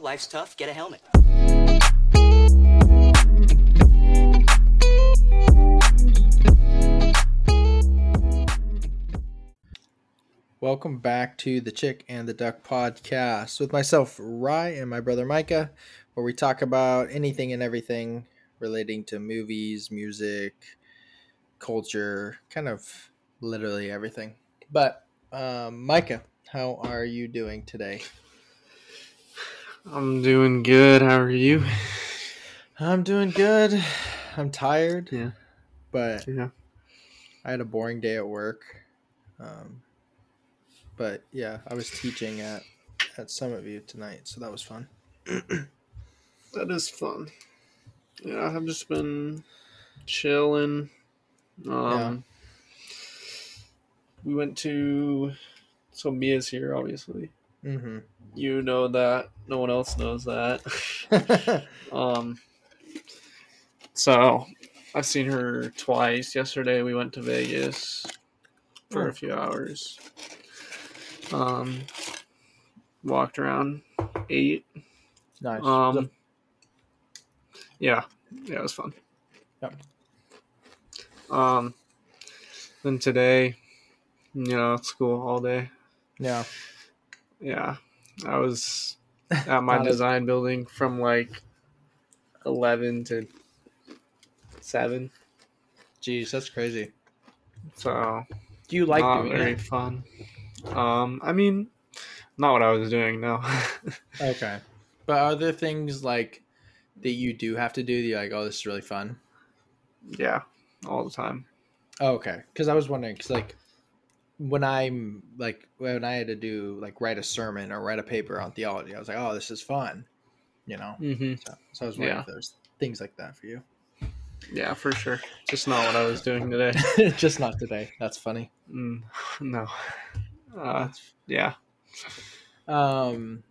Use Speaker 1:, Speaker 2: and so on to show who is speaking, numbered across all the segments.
Speaker 1: Life's tough. Get a helmet.
Speaker 2: Welcome back to the Chick and the Duck podcast with myself, Rye, and my brother Micah, where we talk about anything and everything relating to movies, music, culture, kind of literally everything. But, um, Micah, how are you doing today?
Speaker 3: I'm doing good. How are you?
Speaker 2: I'm doing good. I'm tired.
Speaker 3: Yeah.
Speaker 2: But
Speaker 3: Yeah.
Speaker 2: I had a boring day at work. Um, but yeah, I was teaching at at Summit View tonight, so that was fun.
Speaker 3: That is fun. Yeah, I've just been chilling. Um,
Speaker 2: Yeah.
Speaker 3: We went to. So Mia's here, obviously.
Speaker 2: Mm-hmm.
Speaker 3: You know that. No one else knows that.
Speaker 2: Mm-hmm.
Speaker 3: um, so I've seen her twice. Yesterday we went to Vegas for a few hours. Um, walked around, ate.
Speaker 2: nice.
Speaker 3: Um, yeah, yeah, it was fun.
Speaker 2: Yep.
Speaker 3: Um, then today, you know, at school all day.
Speaker 2: yeah.
Speaker 3: Yeah, I was at my
Speaker 2: Not a-
Speaker 3: design building from like eleven to seven.
Speaker 2: Jeez, that's crazy.
Speaker 3: So
Speaker 2: Do you like
Speaker 3: like not
Speaker 2: doing
Speaker 3: very
Speaker 2: it?
Speaker 3: fun. Um, I mean, not what I was doing. No.
Speaker 2: Okay. But are there things like that you do have to do that you're like, oh, this is really fun?
Speaker 3: yeah, all the time.
Speaker 2: Oh, okay. Because I was wondering, because like when I'm like, when I had to do like write a sermon or write a paper on theology, I was like, oh, this is fun, you know?
Speaker 3: Mm-hmm.
Speaker 2: So, so I was wondering
Speaker 3: Yeah.
Speaker 2: if there's things like that for you.
Speaker 3: Yeah, for sure. Just not what I was doing today.
Speaker 2: Just not today. That's funny.
Speaker 3: Mm, no. Uh, yeah.
Speaker 2: Um,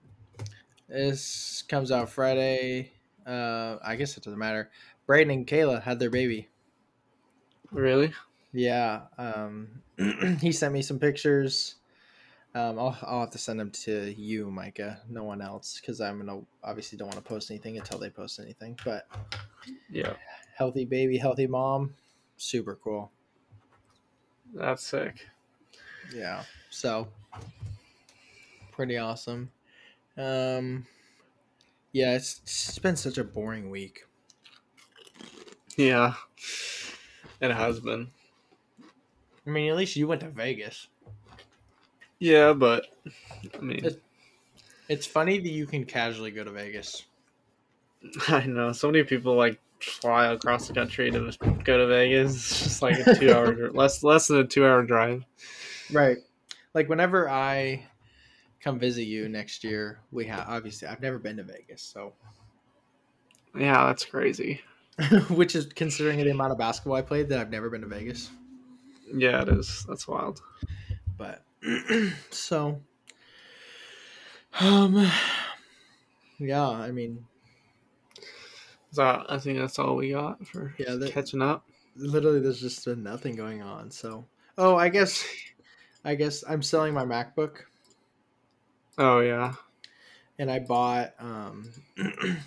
Speaker 2: this comes out Friday. Uh, I guess it doesn't matter. Brayden and Kayla had their baby.
Speaker 3: Really?
Speaker 2: Yeah. Um, he sent me some pictures. Um, I'll, I'll have to send them to you, Micah. No one else, because I'm gonna obviously don't want to post anything until they post anything. But
Speaker 3: Yeah.
Speaker 2: healthy baby, healthy mom, super cool.
Speaker 3: That's sick.
Speaker 2: Yeah. So pretty awesome. Um, yeah, it's, it's been such a boring week.
Speaker 3: Yeah. And a husband.
Speaker 2: I mean, at least you went to Vegas.
Speaker 3: Yeah, but I mean,
Speaker 2: It- It's funny that you can casually go to Vegas.
Speaker 3: I know so many people like fly across the country to go to Vegas. It's just like a two-hour, dri- less less than a two-hour drive.
Speaker 2: Right. Like whenever I come visit you next year, we have obviously I've never been to Vegas, so
Speaker 3: Yeah, that's crazy.
Speaker 2: which is considering the amount of basketball I played that I've never been to Vegas.
Speaker 3: Yeah, it is. That's wild.
Speaker 2: But so um yeah, I mean
Speaker 3: So I think that's all we got for
Speaker 2: Yeah, that-
Speaker 3: catching up.
Speaker 2: literally there's just been nothing going on. So oh, I guess I guess I'm selling my MacBook.
Speaker 3: Oh yeah.
Speaker 2: and I bought um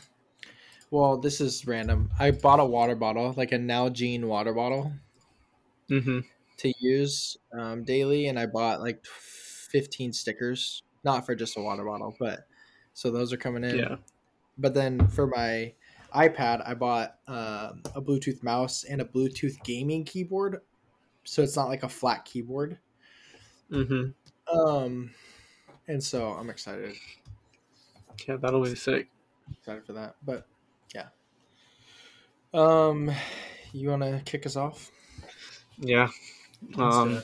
Speaker 2: well, this is random. I bought a water bottle, like a Nalgene water bottle
Speaker 3: Mm-hmm.
Speaker 2: to use um, daily and I bought like 15 stickers, not for just a water bottle, but so those are coming in.
Speaker 3: Yeah.
Speaker 2: But then for my iPad, I bought um a Bluetooth mouse and a Bluetooth gaming keyboard. So it's not like a flat keyboard.
Speaker 3: Mm-hmm.
Speaker 2: Um and so I'm excited
Speaker 3: Yeah, that'll be sick.
Speaker 2: excited for that. But yeah. Um, you want to kick us off?
Speaker 3: Yeah. Um,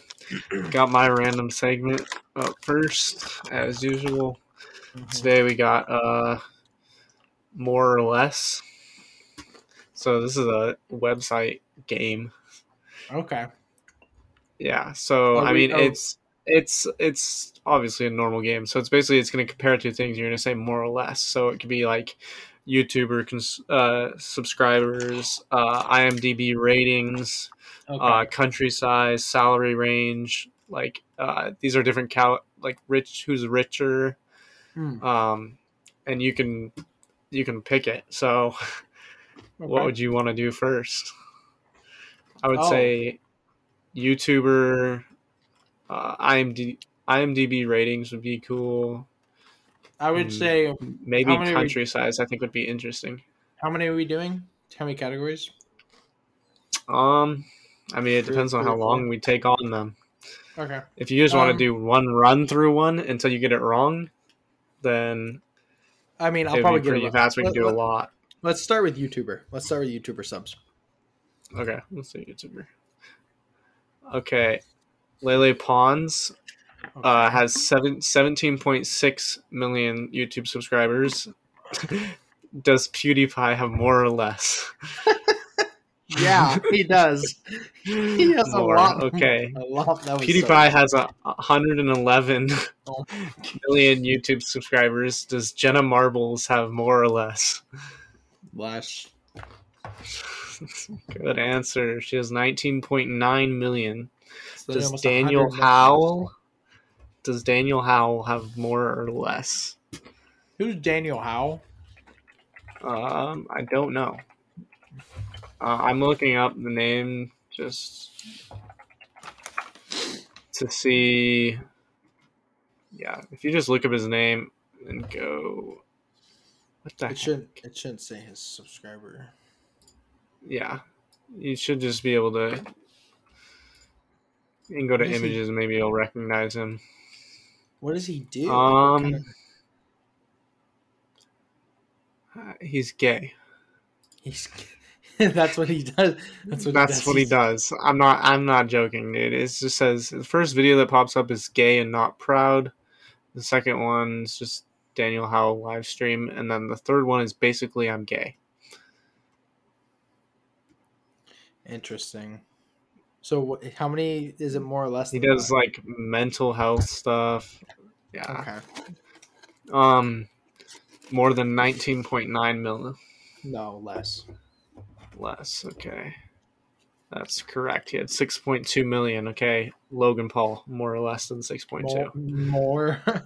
Speaker 3: got my random segment up first, as usual.
Speaker 2: Mm-hmm.
Speaker 3: Today we got uh, more or less. So this is a website game.
Speaker 2: Okay.
Speaker 3: Yeah. So
Speaker 2: Are
Speaker 3: I
Speaker 2: we-
Speaker 3: mean,
Speaker 2: are-
Speaker 3: it's it's it's obviously a normal game. So it's basically it's going to compare two things. You're going to say more or less. So it could be like YouTuber cons- uh, subscribers, uh, IMDb ratings,
Speaker 2: Okay.
Speaker 3: uh, country size, salary range. Like uh, these are different cal- like rich who's richer,
Speaker 2: Hmm.
Speaker 3: um, and you can you can pick it. So, what
Speaker 2: Okay.
Speaker 3: would you want to do first? I would
Speaker 2: Oh.
Speaker 3: say YouTuber, uh, IMD, IMDb ratings would be cool.
Speaker 2: I would
Speaker 3: Mm.
Speaker 2: say
Speaker 3: Maybe
Speaker 2: How many
Speaker 3: country size, I think, would be interesting.
Speaker 2: how many are we doing? How many categories?
Speaker 3: Um, I mean, it
Speaker 2: Three,
Speaker 3: depends on
Speaker 2: three,
Speaker 3: how
Speaker 2: four.
Speaker 3: long we take on them.
Speaker 2: Okay.
Speaker 3: If you just want
Speaker 2: Um,
Speaker 3: to do one run through one until you get it wrong, then
Speaker 2: I mean, I'll
Speaker 3: it'd
Speaker 2: probably
Speaker 3: be
Speaker 2: get
Speaker 3: pretty
Speaker 2: it.
Speaker 3: fast. We can
Speaker 2: Let,
Speaker 3: do a lot.
Speaker 2: us start with YouTuber. Let's start with YouTuber subs.
Speaker 3: Okay, let's do YouTuber. Okay, Lele Pons uh, has seven, 17.6 million YouTube subscribers. Does PewDiePie have more or less?
Speaker 2: yeah, he does. He has a
Speaker 3: More,
Speaker 2: lot.
Speaker 3: Okay.
Speaker 2: I love that. Was
Speaker 3: PewDiePie has a 111
Speaker 2: Oh.
Speaker 3: million YouTube subscribers. Does Jenna Marbles have more or less?
Speaker 2: so less.
Speaker 3: Good answer. She has 19.9 million.
Speaker 2: So
Speaker 3: Does
Speaker 2: almost a hundred
Speaker 3: Daniel
Speaker 2: million.
Speaker 3: Howell? Does Daniel Howell have more or less?
Speaker 2: Who's Daniel Howell?
Speaker 3: Um, I don't know. Uh, I'm looking up the name just to see. Yeah, if you just look up his name and go, what the?
Speaker 2: It shouldn't. It shouldn't say his subscriber.
Speaker 3: Yeah, you should just be able to. You can go to
Speaker 2: What is he-
Speaker 3: images, maybe you'll recognize him.
Speaker 2: What does he do? What
Speaker 3: Um,
Speaker 2: kinda-
Speaker 3: Uh, he's gay.
Speaker 2: he's. that's what he does. That's what.
Speaker 3: That's
Speaker 2: he does.
Speaker 3: what he does. I'm not. I'm not joking, dude. It just says the first video that pops up is gay and not proud. The second one is just Daniel Howell live stream, and then the third one is basically I'm gay.
Speaker 2: Interesting. So, what, how many is it more or less?
Speaker 3: He
Speaker 2: than
Speaker 3: does
Speaker 2: that?
Speaker 3: like mental health stuff. Yeah.
Speaker 2: Okay.
Speaker 3: Um, more than 19.9 mil
Speaker 2: No less.
Speaker 3: less. Okay, that's correct. He had 6.2 million. Okay, Logan Paul, more or less than
Speaker 2: More.
Speaker 3: 6.2.
Speaker 2: more.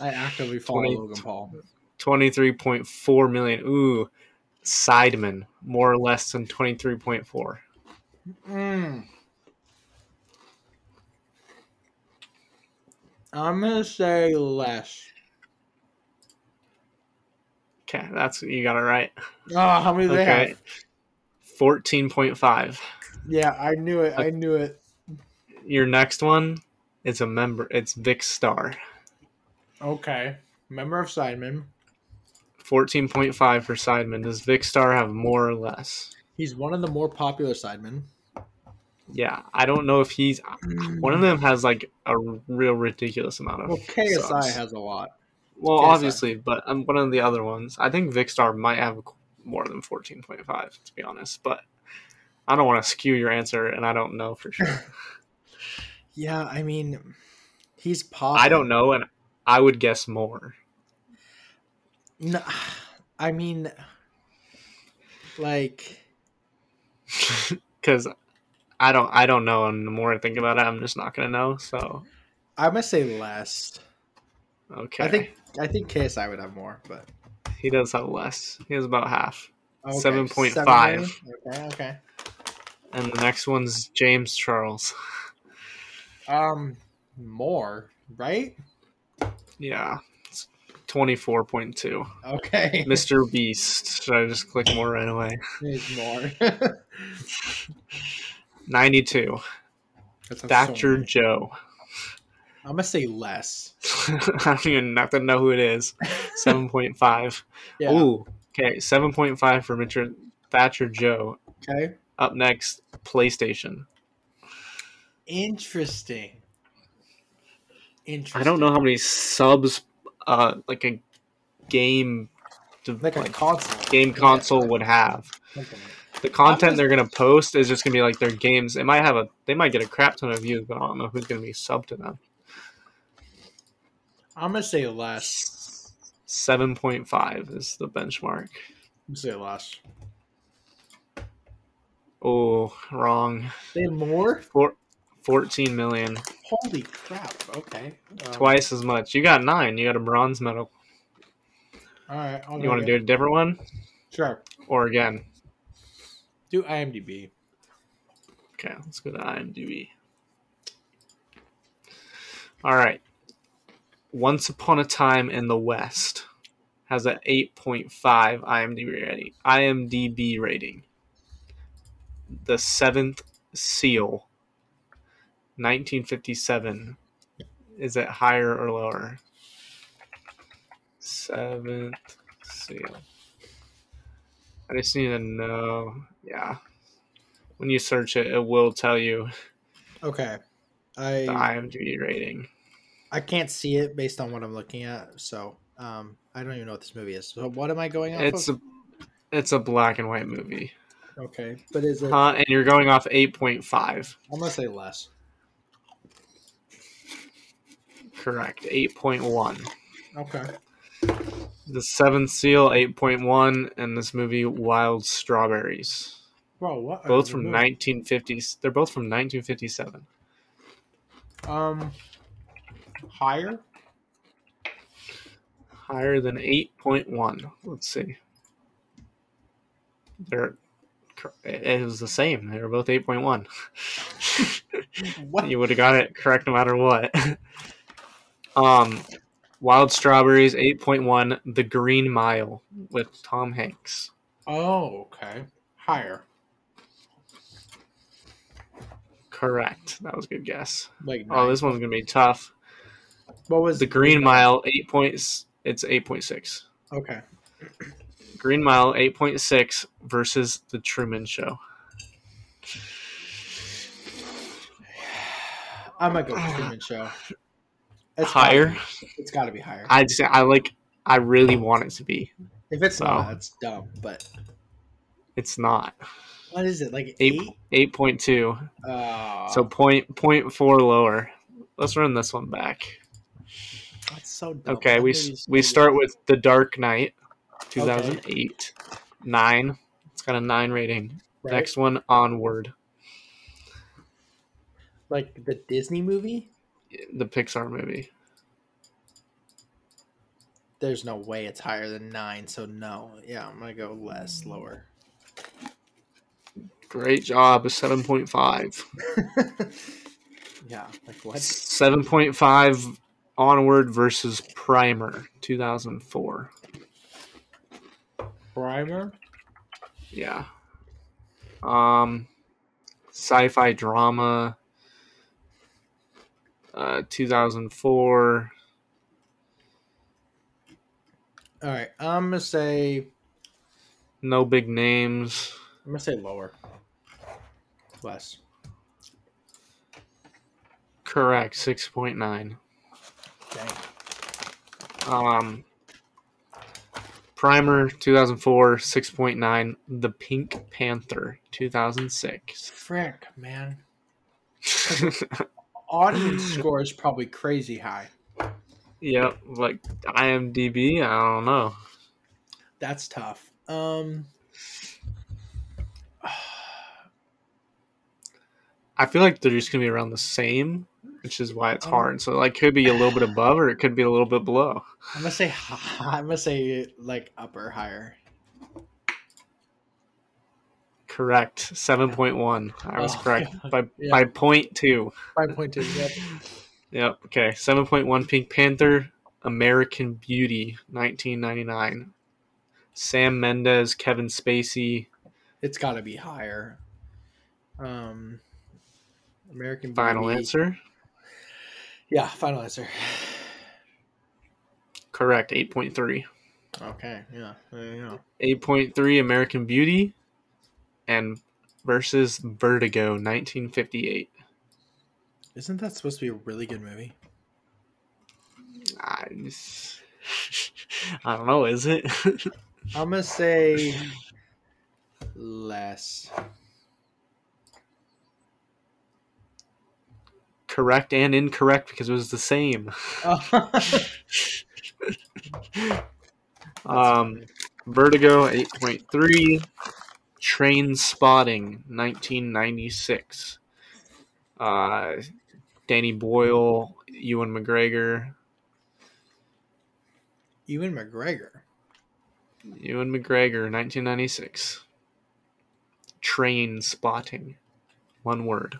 Speaker 2: I actively follow
Speaker 3: Twenty-
Speaker 2: Logan Paul.
Speaker 3: 23.4 million. Ooh, Sideman, more or less than 23.4.
Speaker 2: Mm. I'm gonna say less.
Speaker 3: Okay, that's you got it right.
Speaker 2: Oh, how many do they
Speaker 3: Okay.
Speaker 2: have?
Speaker 3: 14.5.
Speaker 2: Yeah, I knew it. I knew it.
Speaker 3: Your next one is a member, it's Vic Star.
Speaker 2: Okay. Member of Sidemen.
Speaker 3: 14.5 for Sideman. Does Vic Star have more or less?
Speaker 2: He's one of the more popular Sidemen.
Speaker 3: Yeah, I don't know if he's one of them has like a real ridiculous amount of
Speaker 2: Well, KSI
Speaker 3: subs.
Speaker 2: has a lot.
Speaker 3: Well,
Speaker 2: KSI.
Speaker 3: obviously, but um, one of the other ones, I think Vicstar might have more than 14.5, to be honest, but I don't want to skew your answer, and I don't know for sure.
Speaker 2: Yeah, I mean, he's popular.
Speaker 3: I don't know, and I would guess more.
Speaker 2: No, I mean, like,
Speaker 3: Because I don't, I don't know, and the more I think about it, I'm just not gonna know. So
Speaker 2: I must say less.
Speaker 3: okay,
Speaker 2: I think I think KSI would have more, but
Speaker 3: he does have less. He has about half.
Speaker 2: Okay,
Speaker 3: 7.5.
Speaker 2: seven, Okay, okay.
Speaker 3: And the next one's James Charles.
Speaker 2: Um, more, right?
Speaker 3: Yeah, it's 24.2.
Speaker 2: Okay,
Speaker 3: Mr. Beast. Should I just click more right away?
Speaker 2: There's more.
Speaker 3: 92.
Speaker 2: That's
Speaker 3: Dr.
Speaker 2: I'm
Speaker 3: Joe.
Speaker 2: gonna say less.
Speaker 3: I don't even have to know who it is. 7.5.
Speaker 2: Yeah.
Speaker 3: Ooh, okay. 7.5 for Richard Thatcher Joe.
Speaker 2: Okay.
Speaker 3: Up next, PlayStation.
Speaker 2: Interesting. Interesting.
Speaker 3: I don't know how many subs, uh, like a game, de-
Speaker 2: Like a
Speaker 3: like,
Speaker 2: console.
Speaker 3: game
Speaker 2: Yeah,
Speaker 3: console would have.
Speaker 2: something.
Speaker 3: The content
Speaker 2: just-
Speaker 3: they're gonna post is just gonna be like their games. It might have a, they might get a crap ton of views, but I don't know who's gonna be sub to them.
Speaker 2: I'm gonna say less.
Speaker 3: 7.5 is the benchmark.
Speaker 2: I'm gonna say less.
Speaker 3: Oh, wrong.
Speaker 2: Say more.
Speaker 3: Four, 14 million.
Speaker 2: Holy crap! Okay. Um,
Speaker 3: Twice as much. You got nine. You got a bronze medal.
Speaker 2: All right. I'll
Speaker 3: You want to do a different one
Speaker 2: Sure.
Speaker 3: or again?
Speaker 2: Do IMDb.
Speaker 3: Okay, let's go to IMDb. All right. Once Upon a Time in the West has an 8.5 IMDb rating. IMDb rating. The Seventh Seal, 1957. Is it higher or lower? Seventh Seal. I just need to know. Yeah. When you search it, it will tell you
Speaker 2: Okay.
Speaker 3: the
Speaker 2: I
Speaker 3: IMDb rating.
Speaker 2: I can't see it based on what I'm looking at, so um, I don't even know what this movie is. So what am I going off
Speaker 3: It's
Speaker 2: of?
Speaker 3: a it's a black and white movie,
Speaker 2: okay, but is it?
Speaker 3: huh? And you're going off eight point five,
Speaker 2: I'm gonna say less.
Speaker 3: correct? Eight point one.
Speaker 2: Okay.
Speaker 3: The Seventh Seal, eight point one, and this movie, Wild Strawberries,
Speaker 2: Well, what? are
Speaker 3: both
Speaker 2: the
Speaker 3: from
Speaker 2: movies?
Speaker 3: nineteen fifties. They're both from nineteen fifty seven.
Speaker 2: Um, higher.
Speaker 3: Higher than eight point one. Let's see. They're cor- it it was the same. They were both eight point one.
Speaker 2: What?
Speaker 3: you would have got it correct no matter what. um, Wild Strawberries, 8.1, The Green Mile with Tom Hanks.
Speaker 2: Oh, okay. Higher.
Speaker 3: Correct. That was a good guess.
Speaker 2: Like
Speaker 3: Oh,
Speaker 2: nine.
Speaker 3: this one's going to be tough.
Speaker 2: what was
Speaker 3: The Green Mile, 8 points. It's 8.6.
Speaker 2: Okay.
Speaker 3: Green Mile, 8.6 versus The Truman Show.
Speaker 2: I'm gonna go with Truman Show. It's gotta
Speaker 3: Higher.
Speaker 2: be- it's got to be higher.
Speaker 3: I just, I like, I really want it to be.
Speaker 2: if it's
Speaker 3: so-
Speaker 2: not, it's dumb. But
Speaker 3: It's not.
Speaker 2: what is it? Like eight?
Speaker 3: Eight, 8.2.
Speaker 2: Uh,
Speaker 3: So point, point 0.4 lower. Let's run this one back.
Speaker 2: that's so dumb.
Speaker 3: Okay,
Speaker 2: That
Speaker 3: we
Speaker 2: movie's
Speaker 3: we
Speaker 2: so
Speaker 3: start
Speaker 2: dumb.
Speaker 3: with The Dark Knight, 2008. 9. It's got a 9 rating.
Speaker 2: Right?
Speaker 3: Next one, Onward,
Speaker 2: like the Disney movie.
Speaker 3: the Pixar movie.
Speaker 2: There's no way it's higher than nine. So no. Yeah, I'm gonna go less, lower.
Speaker 3: Great job, a 7.5.
Speaker 2: yeah, like what?
Speaker 3: 7.5 Onward versus Primer, 2004.
Speaker 2: Primer.
Speaker 3: Yeah. Um sci-fi drama uh 2004
Speaker 2: All right, I'm gonna say
Speaker 3: no big names
Speaker 2: I'm gonna say lower. Less.
Speaker 3: correct 6.9
Speaker 2: Dang.
Speaker 3: Um, Primer 2004 6.9, The Pink Panther 2006.
Speaker 2: Frick, man. Audience score is probably crazy high.
Speaker 3: yep, like IMDb, I don't know.
Speaker 2: That's tough. Um.
Speaker 3: I feel like they're just gonna be around the same, which is why it's
Speaker 2: Um,
Speaker 3: hard. So like, could be a little bit above or it could be a little bit below.
Speaker 2: I'm gonna say hi- I'm gonna say like upper higher.
Speaker 3: Correct, 7.1. I was
Speaker 2: Oh,
Speaker 3: correct
Speaker 2: God.
Speaker 3: by
Speaker 2: Yeah.
Speaker 3: by point two.
Speaker 2: Five point two. Yep.
Speaker 3: Yep. Okay. Seven point one. Pink Panther. American Beauty. Nineteen ninety nine. Sam Mendes. Kevin Spacey.
Speaker 2: It's got to be higher. Um. American
Speaker 3: Final
Speaker 2: Beauty.
Speaker 3: answer.
Speaker 2: Yeah, final answer.
Speaker 3: Correct. Eight point three.
Speaker 2: Okay. Yeah. There you go.
Speaker 3: Eight point three. American Beauty. And versus Vertigo. Nineteen fifty eight.
Speaker 2: Isn't that supposed to be a really good movie?
Speaker 3: I just- I don't know. Is it?
Speaker 2: I'm gonna say less.
Speaker 3: Correct and incorrect because it was the same. Um, Vertigo 8.3, Train Spotting 1996. Uh, Danny Boyle, Ewan McGregor.
Speaker 2: Ewan McGregor.
Speaker 3: Ewan McGregor, 1996. Train spotting. One word.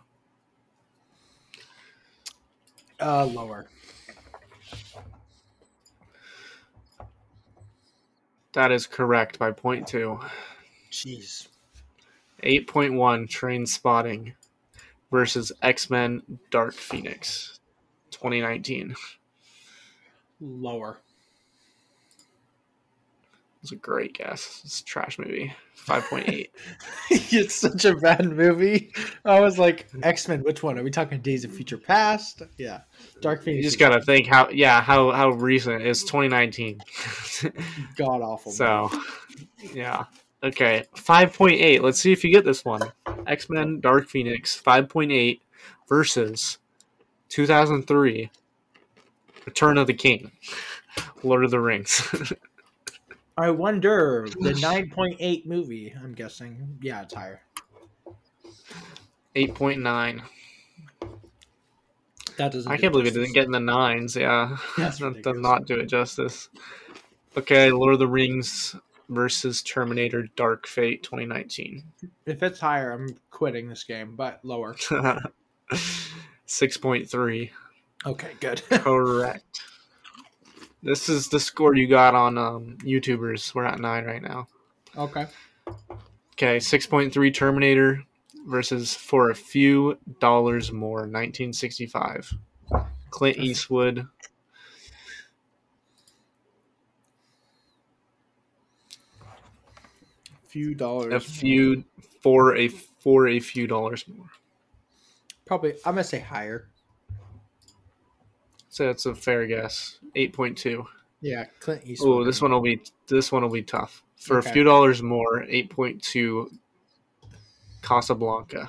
Speaker 2: Uh, lower.
Speaker 3: That is correct by point two.
Speaker 2: Jeez.
Speaker 3: 8.1 Train Spotting versus X Men Dark Phoenix 2019.
Speaker 2: Lower.
Speaker 3: It's a great guess. It's a trash movie. 5.8.
Speaker 2: it's such a bad movie. I was like, X Men, which one? Are we talking Days of Future Past? Yeah. Dark
Speaker 3: you
Speaker 2: Phoenix.
Speaker 3: just got to think how, yeah, how, how recent is 2019.
Speaker 2: god awful.
Speaker 3: so, yeah. Okay. 5.8. Let's see if you get this one. X Men Dark Phoenix 5.8 versus 2003 Return of the King. Lord of the Rings.
Speaker 2: I wonder the 9.8 movie, I'm guessing. Yeah, it's higher.
Speaker 3: 8.9.
Speaker 2: That doesn't
Speaker 3: I
Speaker 2: do
Speaker 3: can't believe it
Speaker 2: justice.
Speaker 3: didn't get in the nines. Yeah,
Speaker 2: That's
Speaker 3: that does
Speaker 2: ridiculous.
Speaker 3: not do it justice. Okay, Lord of the Rings versus Terminator: Dark Fate 2019.
Speaker 2: If it's higher, I'm quitting this game, but lower.
Speaker 3: 6.3.
Speaker 2: Okay, good.
Speaker 3: Correct. This is the score you got on um, YouTubers. We're at nine right now.
Speaker 2: okay.
Speaker 3: Okay, 6.3 Terminator versus For a Few Dollars More 1965. Clint Eastwood.
Speaker 2: few dollars.
Speaker 3: A few for a for a few dollars more.
Speaker 2: Probably, I'm going to say higher.
Speaker 3: So that's a fair guess. Eight point two.
Speaker 2: Yeah, Clint Eastwood.
Speaker 3: Oh, this one will be this one will be tough. For
Speaker 2: Okay.
Speaker 3: a few dollars more, eight point two. Casablanca.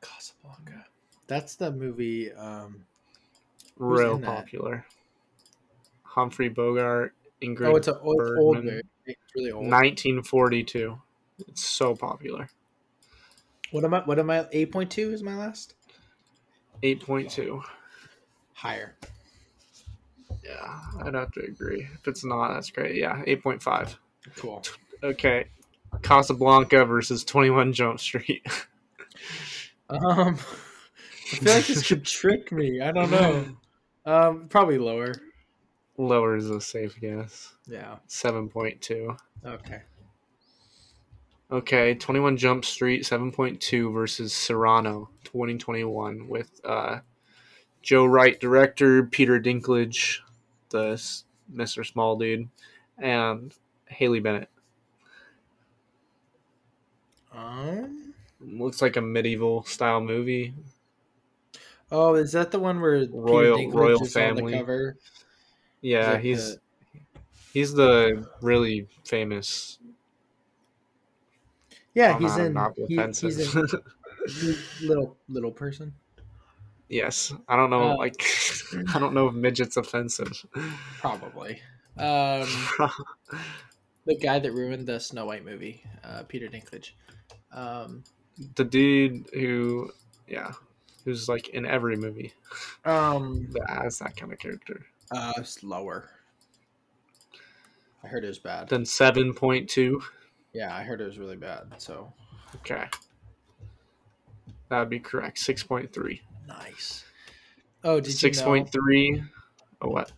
Speaker 2: Casablanca. That's the movie. Um, Who's
Speaker 3: Real
Speaker 2: in that?
Speaker 3: popular. Humphrey Bogart, Ingrid.
Speaker 2: oh, it's an old, it's old
Speaker 3: Bergman.
Speaker 2: movie. It's really old.
Speaker 3: 1942. It's so popular.
Speaker 2: What am I? What am I? 8.2 is my last?
Speaker 3: 8.2.
Speaker 2: Higher.
Speaker 3: Yeah, I'd have to agree. If it's not, that's great. Yeah, 8.5.
Speaker 2: Cool.
Speaker 3: Okay. Casablanca versus 21 Jump Street.
Speaker 2: Um, I feel like this could trick me. I don't know. Um, probably lower.
Speaker 3: Lower is a safe guess.
Speaker 2: Yeah.
Speaker 3: 7.2.
Speaker 2: Okay.
Speaker 3: Okay, 21 Jump Street 7.2 versus Serrano 2021 with uh, Joe Wright, director, Peter Dinklage, the s- Mr. Small Dude, and Haley Bennett.
Speaker 2: Um.
Speaker 3: Looks like a medieval style movie.
Speaker 2: Oh, is that the one where Peter
Speaker 3: Royal-
Speaker 2: Dinklage
Speaker 3: royal
Speaker 2: is on the
Speaker 3: family.
Speaker 2: cover?
Speaker 3: Yeah,
Speaker 2: like
Speaker 3: he's he's the really famous.
Speaker 2: Yeah,
Speaker 3: I'll
Speaker 2: he's
Speaker 3: not-
Speaker 2: in.
Speaker 3: not be
Speaker 2: he- he's
Speaker 3: offensive.
Speaker 2: in little little person.
Speaker 3: yes, I don't know.
Speaker 2: Uh,
Speaker 3: like, I don't know if midget's offensive.
Speaker 2: Probably. Um, the guy that ruined the Snow White movie, uh, Peter Dinklage. Um,
Speaker 3: the dude who, yeah, who's like in every movie.
Speaker 2: um,
Speaker 3: that as that kind of character.
Speaker 2: uh, it's lower. I heard it was bad.
Speaker 3: Then seven point two.
Speaker 2: Yeah, I heard it was really bad. So
Speaker 3: Okay, that would be correct. Six point three.
Speaker 2: nice. Oh, did
Speaker 3: Six
Speaker 2: you know?
Speaker 3: point three. Oh what?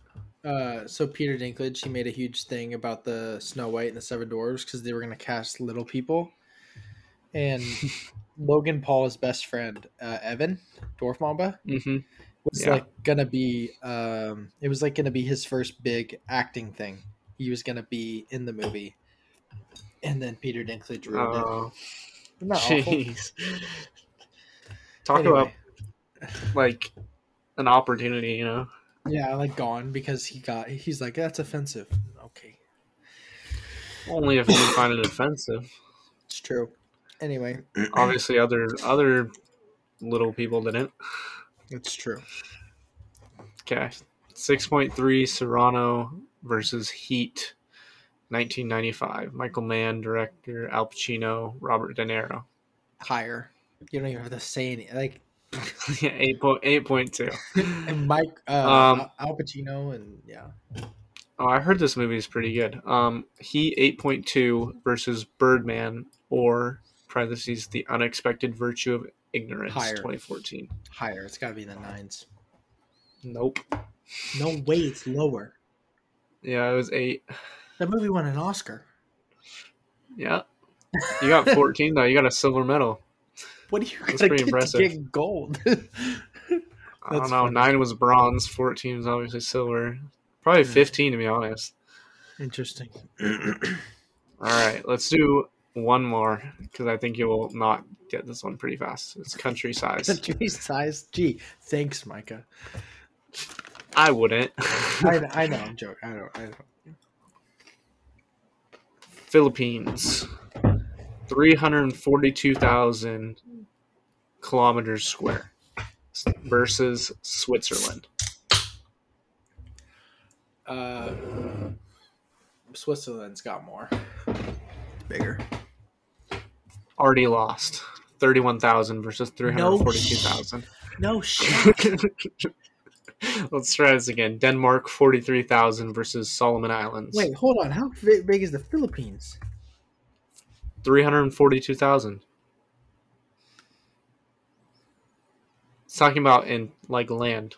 Speaker 2: Uh, so Peter Dinklage, he made a huge thing about the Snow White and the Seven Dwarfs because they were going to cast little people, and Logan Paul's best friend, uh, Evan Dwarf Mamba,
Speaker 3: Mm-hmm.
Speaker 2: was
Speaker 3: Yeah.
Speaker 2: like gonna be um it was like gonna be his first big acting thing he was gonna be in the movie and then peter dinklage ruined it
Speaker 3: Oh,
Speaker 2: Isn't that awful?
Speaker 3: jeez. Talk
Speaker 2: Anyway,
Speaker 3: about like an opportunity, you know?
Speaker 2: yeah like gone because he got he's like that's offensive okay
Speaker 3: Only if you find it offensive.
Speaker 2: it's true anyway
Speaker 3: Obviously, other other little people didn't.
Speaker 2: it's true
Speaker 3: Okay, six point three. Serrano versus Heat. 1995, Michael Mann, director, Al Pacino, Robert De Niro.
Speaker 2: higher you don't even have to say any like
Speaker 3: yeah,
Speaker 2: Mm.
Speaker 3: eight point eight point two.
Speaker 2: and mike uh,
Speaker 3: Um,
Speaker 2: al pacino and yeah
Speaker 3: Oh, I heard this movie is pretty good. Um, he eight point two versus Birdman or parentheses the unexpected virtue of ignorance
Speaker 2: Higher.
Speaker 3: twenty fourteen.
Speaker 2: Higher. It's got to be the nines.
Speaker 3: Nope.
Speaker 2: No way. It's lower.
Speaker 3: Yeah, it was eight.
Speaker 2: That movie won an Oscar.
Speaker 3: Yeah. You got fourteen though. You got a silver medal.
Speaker 2: What do you
Speaker 3: That's
Speaker 2: gotta
Speaker 3: pretty
Speaker 2: get
Speaker 3: impressive.
Speaker 2: to get gold?
Speaker 3: I don't
Speaker 2: That's
Speaker 3: know.
Speaker 2: funny. Hmm.
Speaker 3: Nine was bronze. Fourteen was obviously silver. Probably
Speaker 2: Yeah.
Speaker 3: fifteen to be honest.
Speaker 2: Interesting.
Speaker 3: All right, let's do one more because I think you will not get this one pretty fast. It's country size.
Speaker 2: Country size. Gee, thanks, Micah.
Speaker 3: I wouldn't.
Speaker 2: I, I know. I'm joking. I don't. I don't.
Speaker 3: Philippines, 342,000 kilometers square versus Switzerland.
Speaker 2: Uh, Switzerland's got more. Bigger.
Speaker 3: Already lost. 31,000 versus 342,000.
Speaker 2: No shit.
Speaker 3: Let's try this again. Denmark, 43,000 versus Solomon Islands.
Speaker 2: Wait, hold on. How fi- big is the Philippines?
Speaker 3: 342,000. It's talking about in like land.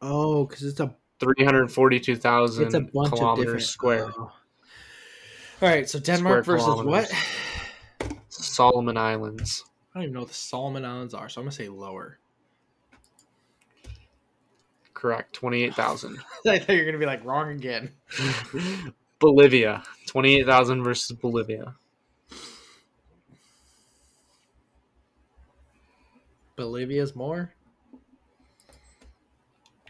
Speaker 2: Oh, because it's a it's a
Speaker 3: 342,000
Speaker 2: bunch of different
Speaker 3: kilometers square.
Speaker 2: oh. All right, so Denmark
Speaker 3: Square
Speaker 2: versus what?
Speaker 3: kilometers. Solomon Islands.
Speaker 2: I don't even know what the Solomon Islands are, so I'm gonna say lower.
Speaker 3: Correct. 28,000.
Speaker 2: I thought you were gonna be like wrong again.
Speaker 3: Bolivia. 28,000 versus Bolivia.
Speaker 2: Bolivia's more.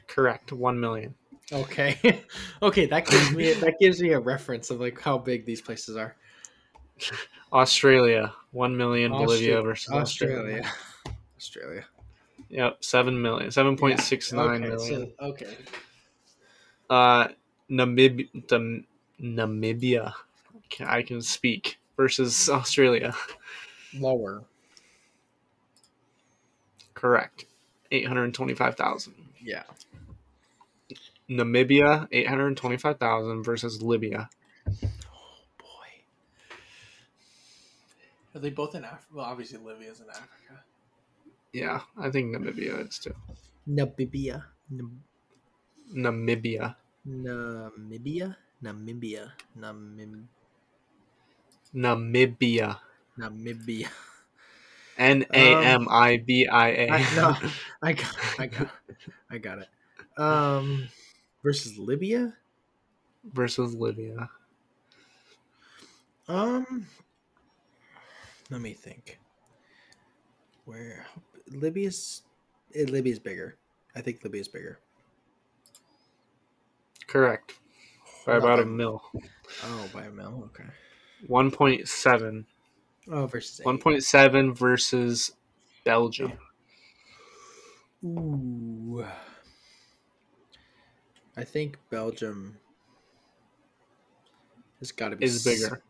Speaker 3: Correct. 1 million.
Speaker 2: Okay, okay, that gives me that gives me a reference of like how big these places are.
Speaker 3: Australia. 1 million. Bolivia
Speaker 2: Austra-
Speaker 3: versus Australia.
Speaker 2: Australia, Australia.
Speaker 3: Yep. 7 million. 7.69
Speaker 2: okay,
Speaker 3: million.
Speaker 2: so- okay,
Speaker 3: Uh, Namib- the Namibia. Can- I can speak versus Australia.
Speaker 2: lower.
Speaker 3: Correct. 825,000.
Speaker 2: Yeah.
Speaker 3: Namibia, 825,000 versus Libya.
Speaker 2: Oh boy. Are they both in Africa? Well, obviously, Libya's in Africa.
Speaker 3: Yeah, I think Namibia is too.
Speaker 2: Namibia. Nam-
Speaker 3: Namibia.
Speaker 2: Namibia. Namibia. Namib-
Speaker 3: Namibia.
Speaker 2: Namibia.
Speaker 3: N A M I B I
Speaker 2: Um, I, no,
Speaker 3: A.
Speaker 2: I got, I got, I got it. Um, versus Libya.
Speaker 3: Versus Libya.
Speaker 2: Um, let me think. Where Libya's eh, Libya's bigger. I think Libya's bigger.
Speaker 3: Correct. By
Speaker 2: Hold
Speaker 3: about a
Speaker 2: on.
Speaker 3: mil.
Speaker 2: Oh, by a mil. Okay.
Speaker 3: 1.7.
Speaker 2: Oh, versus eight.
Speaker 3: 1.7 versus Belgium.
Speaker 2: Ooh. I think Belgium has got to be s-
Speaker 3: Is bigger.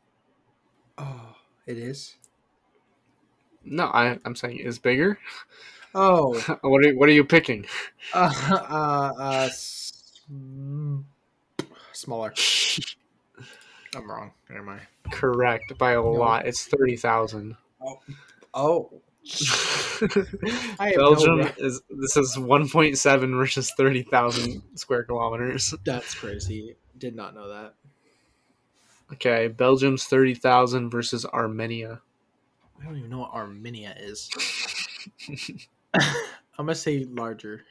Speaker 2: Oh, it is.
Speaker 3: No, I, I'm saying is bigger.
Speaker 2: Oh,
Speaker 3: what, are, what are you picking?
Speaker 2: uh, uh, uh, s- mm, smaller. I'm wrong. Never mind.
Speaker 3: Correct by a lot. It's 30,000.
Speaker 2: Oh, I have no
Speaker 3: Belgium
Speaker 2: re-
Speaker 3: is this is 1.7 versus 30,000 square kilometers.
Speaker 2: that's crazy. Did not know that.
Speaker 3: Okay, Belgium's 30,000 versus Armenia.
Speaker 2: I don't even know what Armenia is. I'm gonna say larger.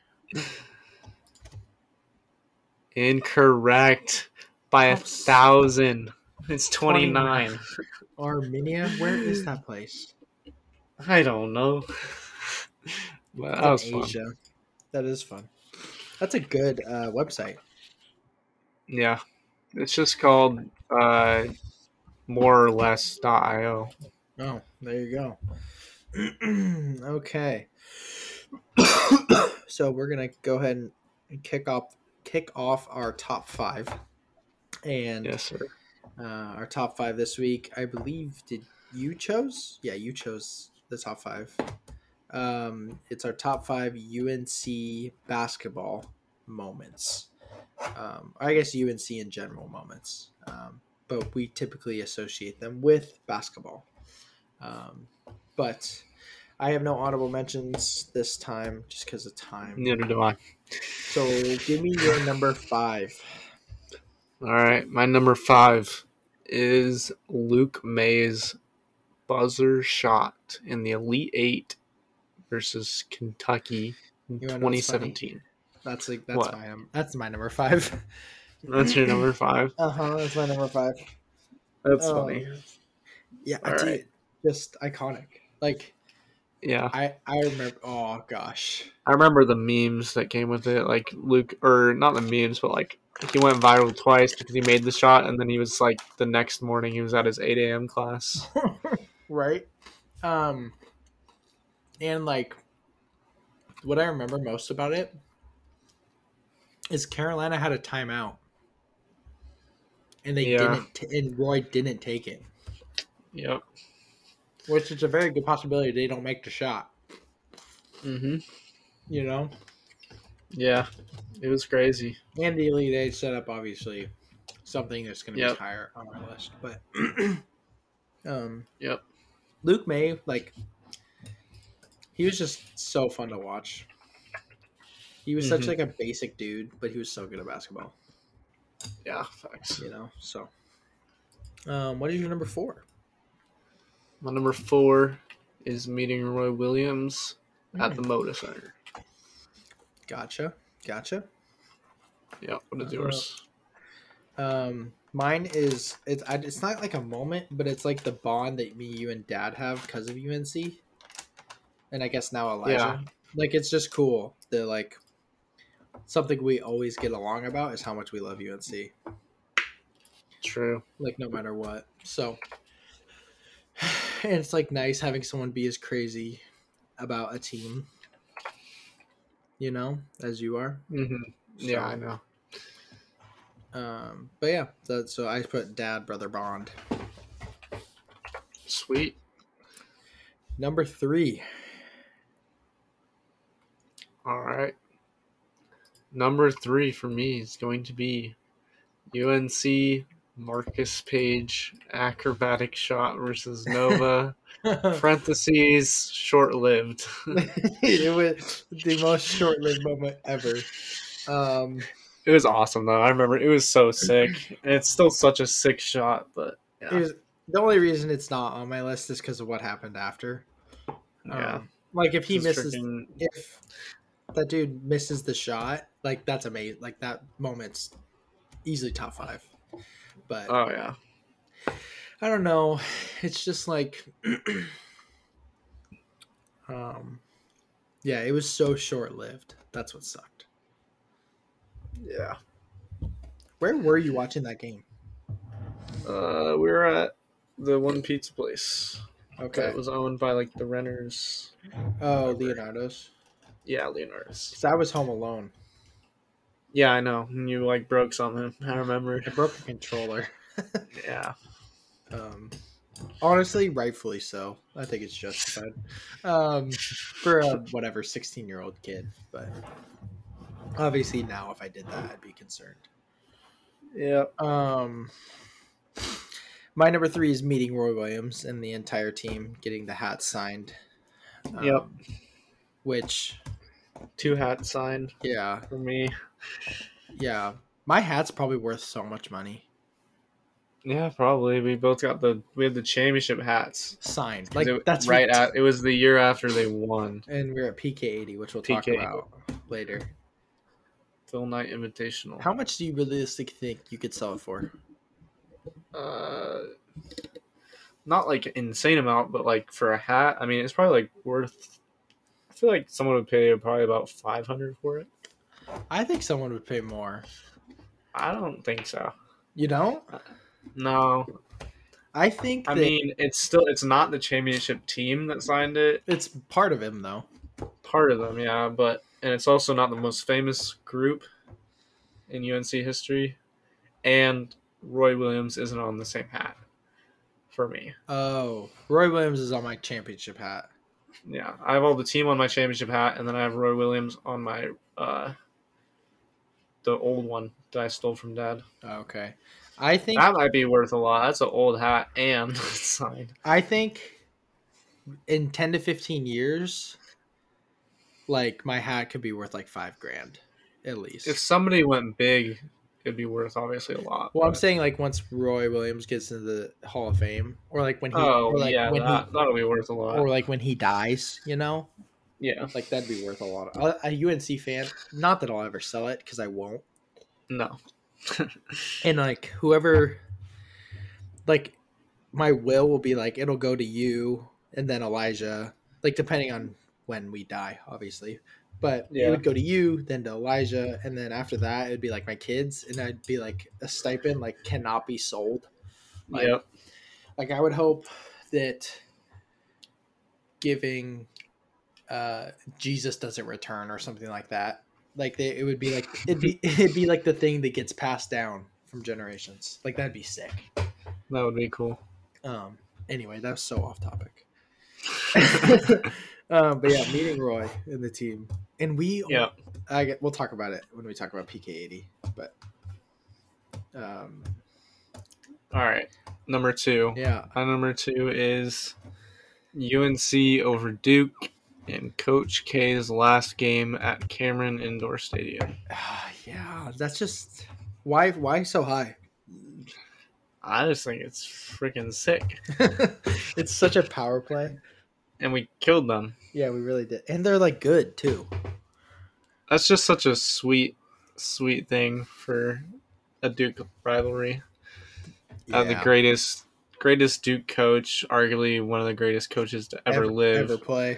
Speaker 3: Incorrect by a
Speaker 2: Oops.
Speaker 3: thousand. It's 29.
Speaker 2: Armenia? Where is that place?
Speaker 3: I don't know. But that was fun.
Speaker 2: Asia. That is fun. That's a good uh, website.
Speaker 3: Yeah. It's just called uh, more or less.io.
Speaker 2: Oh, there you go. okay. so we're gonna go ahead and kick off kick off our top five. And
Speaker 3: Yes, sir.
Speaker 2: uh, our top five this week, I believe did you chose? Yeah, you chose the top five. Um, it's our top five UNC basketball moments. um, I guess UNC in general moments, um, but we typically associate them with basketball. Um, but I have no honorable mentions this time just because of time.
Speaker 3: Neither do I.
Speaker 2: So give me your number five.
Speaker 3: All right, my number five is Luke May's buzzer shot in the Elite Eight versus Kentucky in
Speaker 2: You wanna know what's funny?
Speaker 3: 2017.
Speaker 2: That's like that's
Speaker 3: What?
Speaker 2: my num- that's my number five.
Speaker 3: That's your number five.
Speaker 2: Uh huh. That's my number five.
Speaker 3: That's
Speaker 2: Oh,
Speaker 3: funny.
Speaker 2: Yeah,
Speaker 3: All
Speaker 2: dude,
Speaker 3: right.
Speaker 2: just iconic. Like
Speaker 3: Yeah,
Speaker 2: I I remember. Oh gosh.
Speaker 3: I remember the memes that came with it. Like Luke, or not the memes, but like he went viral twice because he made the shot, and then he was like the next morning he was at his 8 a.m. class.
Speaker 2: right? Um, and like, what I remember most about it is Carolina had a timeout, and they
Speaker 3: Yeah.
Speaker 2: didn't, t- and Roy didn't take it,
Speaker 3: Yep.
Speaker 2: which is a very good possibility they don't make the shot.
Speaker 3: Mm-hmm.
Speaker 2: You know,
Speaker 3: Yeah, it was crazy.
Speaker 2: and the Elite Eight setup obviously something that's going to
Speaker 3: Yep.
Speaker 2: be higher on our list, but um,
Speaker 3: Yep.
Speaker 2: Luke May like he was just so fun to watch. He was such
Speaker 3: Mhm.
Speaker 2: like a basic dude, but he was so good at basketball,
Speaker 3: Yeah, facts.
Speaker 2: you know. So um what is your number 4?
Speaker 3: My number four is meeting Roy Williams at the Moda Center.
Speaker 2: Gotcha. Gotcha.
Speaker 3: Yeah, what is
Speaker 2: Uh,
Speaker 3: yours?
Speaker 2: Um mine is it's I, it's not like a moment, but it's like the bond that me you and dad have cuz of UNC. And I guess now Elijah. Like it's just cool. The like something we always get along about is how much we love UNC.
Speaker 3: True.
Speaker 2: like no matter what. So and it's like nice having someone be as crazy about a team, you know, as you are.
Speaker 3: hmm Yeah,
Speaker 2: So-
Speaker 3: I know.
Speaker 2: Um, but yeah, that, so I put dad brother bond
Speaker 3: Sweet.
Speaker 2: number three.
Speaker 3: All right. Number three for me is going to be UNC Marcus Page acrobatic shot versus Nova. parentheses short lived.
Speaker 2: it was the most short-lived moment ever. Um,
Speaker 3: it was awesome though. I remember it was so sick. And it's still such a sick shot, but
Speaker 2: it
Speaker 3: yeah.
Speaker 2: was- the only reason it's not on my list is because of what happened after.
Speaker 3: yeah.
Speaker 2: Um, like if he
Speaker 3: Just
Speaker 2: misses
Speaker 3: freaking-
Speaker 2: if that dude misses the shot, like that's amazing. Like that moment's easily top five. But
Speaker 3: Oh yeah.
Speaker 2: I don't know. It's just like, um, yeah, it was so short lived. That's what sucked.
Speaker 3: Yeah.
Speaker 2: Where were you watching that game?
Speaker 3: Uh, we were at the one pizza place
Speaker 2: Okay.
Speaker 3: that was owned by like the renters.
Speaker 2: oh, Leonardo's.
Speaker 3: Yeah, Leonardo's.
Speaker 2: 'Cause I was home alone.
Speaker 3: Yeah, I know. And you like broke something. I remember.
Speaker 2: I broke the controller.
Speaker 3: Yeah.
Speaker 2: Um, honestly, rightfully so. I think it's justified um, for a whatever sixteen-year-old kid. But obviously, now if I did that, I'd be concerned.
Speaker 3: Yeah.
Speaker 2: Um, my number three is meeting Roy Williams and the entire team getting the hat signed. Um,
Speaker 3: Yep.
Speaker 2: Which,
Speaker 3: Two hats signed
Speaker 2: yeah,
Speaker 3: for me.
Speaker 2: yeah, my hat's probably worth so much money.
Speaker 3: Yeah, probably. We both got the we had the championship hats.
Speaker 2: Signed, like
Speaker 3: It-
Speaker 2: that's
Speaker 3: right
Speaker 2: ridiculous.
Speaker 3: at it was the year after they won.
Speaker 2: and we're at PK eighty, which we'll talk
Speaker 3: PK.
Speaker 2: about later.
Speaker 3: Phil Knight Invitational.
Speaker 2: How much do you realistically think you could sell it for?
Speaker 3: Uh, not like an insane amount, but like for a hat, I mean, it's probably like worth. I feel like someone would pay probably about five hundred for it.
Speaker 2: I think someone would pay more.
Speaker 3: I don't think so.
Speaker 2: You don't?
Speaker 3: No,
Speaker 2: I think
Speaker 3: I
Speaker 2: that
Speaker 3: mean it's still it's not the championship team that signed it.
Speaker 2: it's part of him though.
Speaker 3: Part of them, yeah, but and it's also not the most famous group in UNC history. And Roy Williams isn't on the same hat for me.
Speaker 2: Oh, Roy Williams is on my championship hat.
Speaker 3: Yeah, I have all the team on my championship hat, and then I have Roy Williams on my uh, the old one that I stole from Dad.
Speaker 2: Okay. I think
Speaker 3: That might be worth a lot. That's an old hat and it's signed.
Speaker 2: I think in 10 to 15 years, like my hat could be worth like five grand at least.
Speaker 3: If somebody went big, it'd be worth obviously a lot.
Speaker 2: well, I'm
Speaker 3: but-
Speaker 2: saying like once Roy Williams gets into the Hall of Fame, or like when he,
Speaker 3: oh
Speaker 2: or like
Speaker 3: yeah,
Speaker 2: when
Speaker 3: that,
Speaker 2: he,
Speaker 3: that'll be worth a lot.
Speaker 2: or like when he dies, you know,
Speaker 3: yeah,
Speaker 2: like that'd be worth a lot. Of, a a UNC fan, not that I'll ever sell it because I won't.
Speaker 3: no,
Speaker 2: and like whoever like my will will be like it'll go to you and then elijah like depending on when we die obviously but it
Speaker 3: Yeah.
Speaker 2: would go to you then to elijah and then after that it'd be like my kids and i'd be like a stipend like cannot be sold Like-
Speaker 3: yep,
Speaker 2: like i would hope that giving uh jesus doesn't return or something like that like they, it would be like it'd be it'd be like the thing that gets passed down from generations like that'd be sick
Speaker 3: that would be cool.
Speaker 2: um anyway that was so off topic um but yeah meeting roy and the team and we
Speaker 3: Yeah,
Speaker 2: I get, we'll talk about it when we talk about pk80 but um
Speaker 3: all right. Number two.
Speaker 2: yeah
Speaker 3: My number two is UNC over Duke and Coach K's last game at Cameron Indoor Stadium.
Speaker 2: Ah, yeah that's just why why so high
Speaker 3: I just think it's freaking sick.
Speaker 2: it's such a power play.
Speaker 3: And we killed them.
Speaker 2: Yeah, we really did. And they're like good too.
Speaker 3: That's just such a sweet, sweet thing for a Duke rivalry. Uh, the greatest, greatest Duke coach, arguably one of the greatest coaches to ever, live.
Speaker 2: Ever play.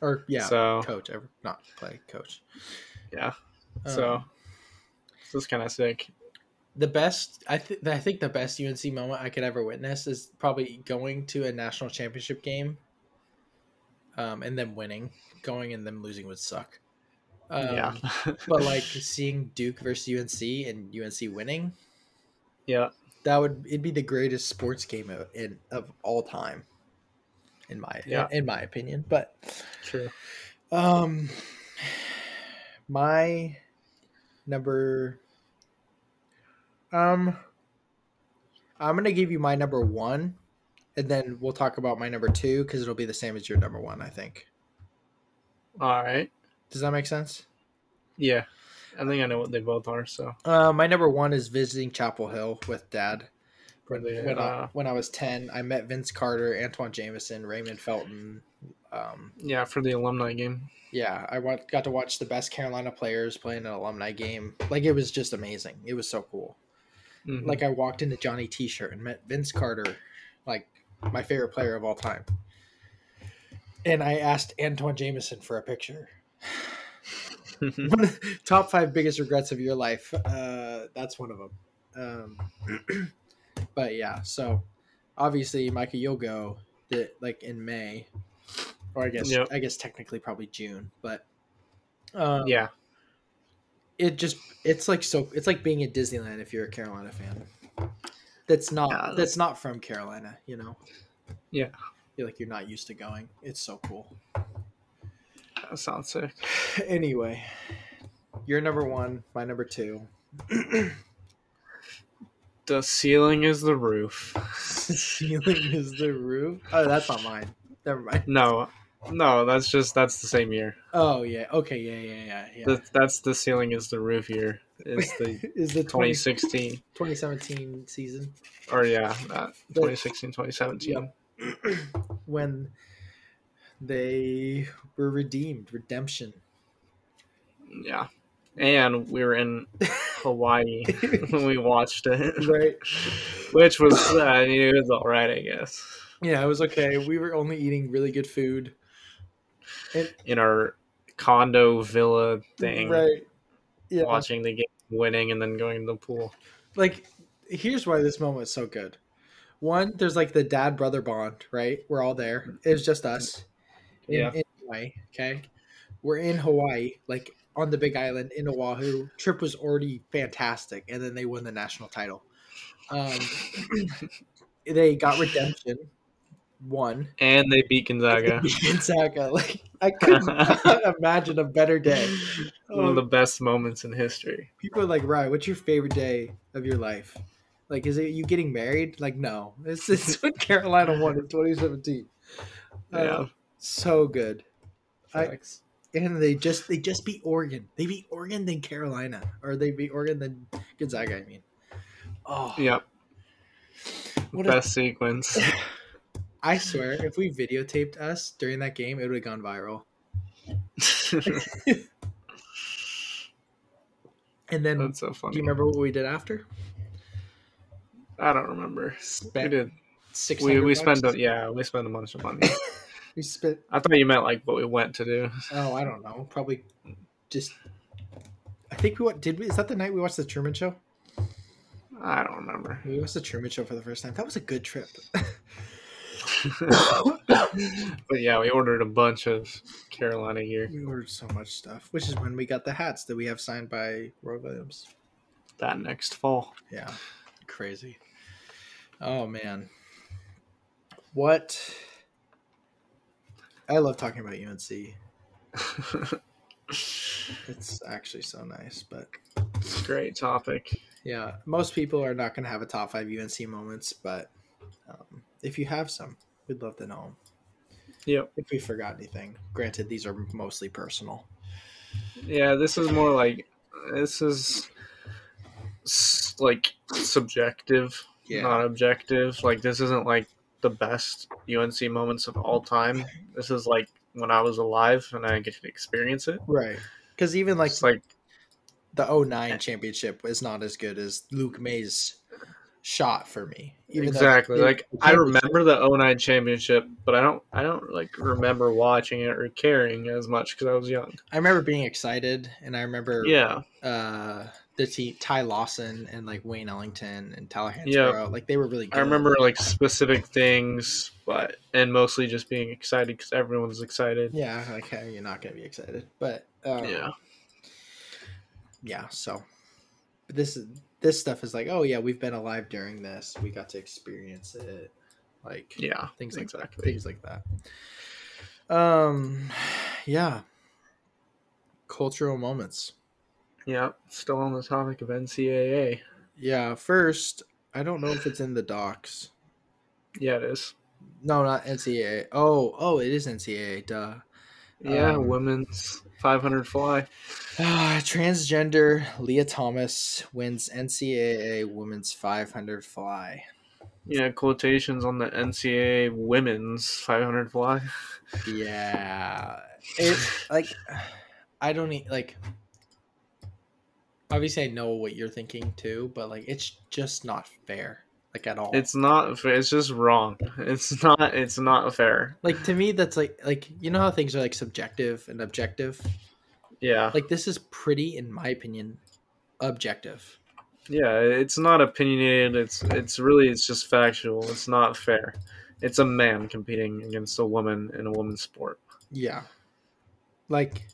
Speaker 2: Or yeah,
Speaker 3: So,
Speaker 2: coach ever not play coach.
Speaker 3: yeah.
Speaker 2: Um,
Speaker 3: so, this is kind of sick.
Speaker 2: the best I think I think the best UNC moment I could ever witness is probably going to a national championship game um and then winning. Going and then losing would suck. Um,
Speaker 3: yeah.
Speaker 2: but like seeing Duke versus UNC and UNC winning,
Speaker 3: yeah.
Speaker 2: that would it'd be the greatest sports game of, in of all time in my
Speaker 3: Yeah.
Speaker 2: in my opinion but
Speaker 3: True.
Speaker 2: um my number um i'm gonna give you my number one and then we'll talk about my number two because it'll be the same as your number one i think
Speaker 3: All right.
Speaker 2: does that make sense
Speaker 3: Yeah, I think I know what they both are. So
Speaker 2: Uh, my number one is visiting Chapel Hill with dad. When,
Speaker 3: Really,
Speaker 2: when, I,
Speaker 3: uh,
Speaker 2: when I was 10, I met Vince Carter, Antoine Jameson, Raymond Felton. Um,
Speaker 3: yeah, for the alumni game,
Speaker 2: yeah, I wa- got to watch the best Carolina players playing an alumni game. Like, it was just amazing. It was so cool.
Speaker 3: Mhm.
Speaker 2: Like, I walked into Johnny T shirt and met Vince Carter, like, my favorite player of all time. And I asked Antoine Jameson for a picture. one of the top five biggest regrets of your life. Uh, that's one of them. Um, but yeah, so obviously, Micah, you'll go that like in May, or I guess
Speaker 3: Yep.
Speaker 2: I guess technically probably June, but um,
Speaker 3: yeah,
Speaker 2: it just it's like so it's like being at Disneyland if you're a Carolina fan. That's not
Speaker 3: Yeah.
Speaker 2: that's not from Carolina, you know.
Speaker 3: Yeah.
Speaker 2: You're like you're not used to going. It's so cool.
Speaker 3: that sounds sick.
Speaker 2: anyway, you're number one, my number two.
Speaker 3: The ceiling is the roof.
Speaker 2: The ceiling is the roof. Oh, that's not mine. Never mind.
Speaker 3: no, no, that's just that's the same year.
Speaker 2: Oh yeah. Okay. Yeah. Yeah. Yeah. Yeah.
Speaker 3: That, that's the ceiling is the roof year. Is the
Speaker 2: is the 20,
Speaker 3: 2016
Speaker 2: 2017 season
Speaker 3: or yeah, uh, not 2016 2017.
Speaker 2: when they were redeemed, redemption.
Speaker 3: Yeah, and we were in Hawaii when we watched it,
Speaker 2: Right.
Speaker 3: which was I mean, it was all right, I guess.
Speaker 2: Yeah, it was okay. We were only eating really good food.
Speaker 3: In our condo villa thing.
Speaker 2: Right. Yeah.
Speaker 3: watching the game winning and then going to the pool.
Speaker 2: like here's why this moment is so good. One, there's like the dad brother bond, right? We're all there. It was just us. In,
Speaker 3: Yeah.
Speaker 2: in Hawaii, okay. We're in Hawaii, like on the Big Island in Oahu. Trip was already fantastic, and then they won the national title. Um, they got redemption. won.
Speaker 3: And they beat Gonzaga.
Speaker 2: Gonzaga, like I could not imagine a better day.
Speaker 3: One of the best moments in history.
Speaker 2: People are like, "Right, what's your favorite day of your life?" Like, is it you getting married? Like, no, this is what Carolina won in 2017. Uh,
Speaker 3: Yeah.
Speaker 2: so good. I-
Speaker 3: Facts.
Speaker 2: And they just they just beat Oregon. They beat Oregon then Carolina, or they beat Oregon then Gonzaga. I mean, oh
Speaker 3: Yep.
Speaker 2: What a-
Speaker 3: best sequence.
Speaker 2: I swear, if we videotaped us during that game, it would have gone viral. And then,
Speaker 3: That's so
Speaker 2: do
Speaker 3: funny.
Speaker 2: you remember what we did after?
Speaker 3: I don't remember. We
Speaker 2: Spent
Speaker 3: did.
Speaker 2: six.
Speaker 3: We, we spent a, yeah we spent a bunch of money.
Speaker 2: We spent.
Speaker 3: I thought you meant like what we went to do.
Speaker 2: Oh, I don't know. Probably just. I think we what did we? Is that the night we watched the Truman Show?
Speaker 3: I don't remember.
Speaker 2: We watched the Truman Show for the first time. That was a good trip.
Speaker 3: but yeah, we ordered a bunch of Carolina gear.
Speaker 2: we ordered so much stuff, which is when we got the hats that we have signed by Roy Williams.
Speaker 3: that next fall.
Speaker 2: Yeah, crazy. Oh man, what? I love talking about UNC. It's actually so nice, but
Speaker 3: Great topic.
Speaker 2: yeah, most people are not going to have a top five UNC moments, but um, if you have some, we'd love to know 'em.
Speaker 3: Yep.
Speaker 2: If we forgot anything, granted, these are mostly personal.
Speaker 3: Yeah, this is more like this is s- like subjective, not objective. Like this isn't like the best UNC moments of all time. This is like when I was alive and I get to experience it.
Speaker 2: right. Because even like
Speaker 3: It's like
Speaker 2: the 09 championship is not as good as Luke May's shot for me. Even though-
Speaker 3: exactly like I
Speaker 2: championship-
Speaker 3: remember the 09 championship, but I don't I don't like remember watching it or caring as much because I was young.
Speaker 2: I remember being excited, and I remember
Speaker 3: Yeah,
Speaker 2: uh, the team Ty Lawson and like Wayne Ellington and Tallahassee.
Speaker 3: Yeah.
Speaker 2: like they were really. Good.
Speaker 3: I remember like specific things, but and mostly just being excited because everyone's excited.
Speaker 2: Yeah, like hey, you're not gonna be excited, but um,
Speaker 3: Yeah.
Speaker 2: yeah. So but this is this stuff is like, oh yeah, we've been alive during this. We got to experience it, like
Speaker 3: Yeah.
Speaker 2: things like that,
Speaker 3: Exactly.
Speaker 2: things like that. Um, yeah. Cultural moments.
Speaker 3: Yeah. Still on the topic of NCAA.
Speaker 2: Yeah. First, I don't know if it's in the docs.
Speaker 3: Yeah, it is.
Speaker 2: No, not NCAA. Oh, oh, it is NCAA. Duh.
Speaker 3: Yeah,
Speaker 2: Um,
Speaker 3: women's 500 fly.
Speaker 2: Ah, transgender Leah Thomas wins NCAA Women's 500 fly.
Speaker 3: Yeah, quotations on the NCAA women's 500 fly.
Speaker 2: Yeah, it like I don't e- like. Obviously, I know what you're thinking too, but like it's just not fair, like at all.
Speaker 3: It's not. fa- It's just wrong. It's not. It's not fair.
Speaker 2: like to me that's like like you know how things are like subjective and objective.
Speaker 3: Yeah.
Speaker 2: Like this is pretty, in my opinion, objective.
Speaker 3: Yeah. It's not opinionated. It's. It's really. It's just factual. It's not fair. It's a man competing against a woman in a woman's sport.
Speaker 2: Yeah, like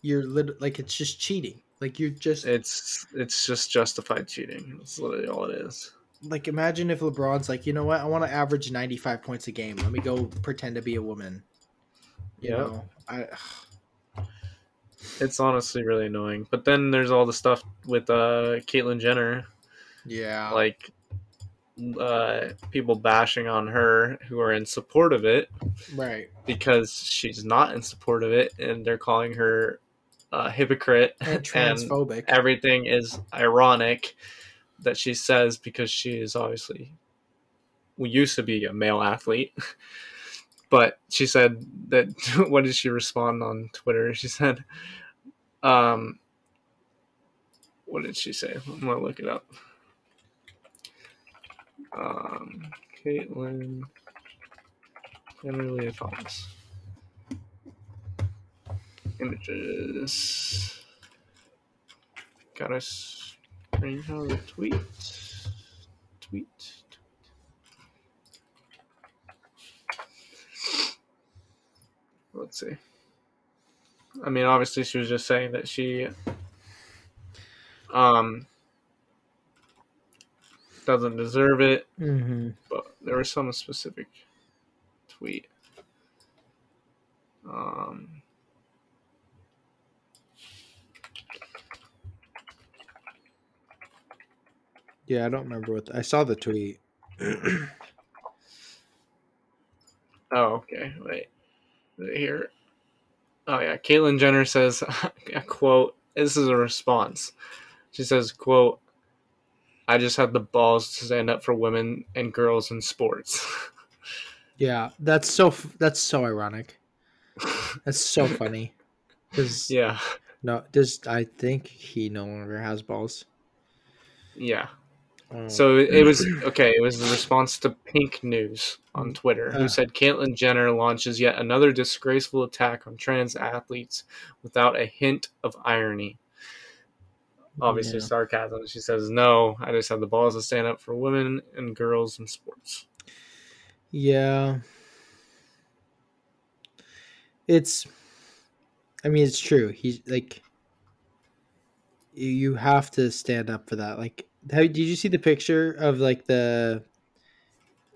Speaker 2: you're lit- like it's just cheating. Like you're just
Speaker 3: It's it's just justified cheating. That's literally all it is.
Speaker 2: like imagine if LeBron's like, you know what, I want to average ninety five points a game. Let me go pretend to be a woman. You
Speaker 3: Yeah.
Speaker 2: know, I
Speaker 3: It's honestly really annoying. But then there's all the stuff with uh Caitlyn Jenner,
Speaker 2: yeah,
Speaker 3: like uh people bashing on her who are in support of it
Speaker 2: right.
Speaker 3: because she's not in support of it and they're calling her a hypocrite
Speaker 2: And transphobic.
Speaker 3: everything is ironic that she says because she is obviously we used to be a male athlete but she said that what did she respond on twitter she said um what did she say i'm gonna look it up um caitlin Emily Thomas. Images. Got a screenshot of the tweet. Tweet. Let's see. I mean, obviously, she was just saying that she um doesn't deserve it,
Speaker 2: mm-hmm.
Speaker 3: but there were some specific Sweet. Um,
Speaker 2: Yeah, I don't remember what I saw the tweet.
Speaker 3: oh, okay. Wait. Did I hear it? Oh, yeah. Caitlyn Jenner says, a quote, this is a response. She says, quote, I just had the balls to stand up for women and girls in sports.
Speaker 2: yeah, that's so f- that's so ironic. That's so funny. 'Cause-
Speaker 3: yeah.
Speaker 2: no, just I think he no longer has balls.
Speaker 3: Yeah.
Speaker 2: Oh.
Speaker 3: So it was okay. It was the response to Pink News on Twitter,
Speaker 2: Ah.
Speaker 3: who said Caitlyn Jenner launches yet another disgraceful attack on trans athletes without a hint of irony. Obviously,
Speaker 2: Yeah.
Speaker 3: sarcasm. She says, "No, I just have the balls to stand up for women and girls in sports."
Speaker 2: Yeah. It's I mean it's true. He's like you- you have to stand up for that. Like how did you see the picture of like the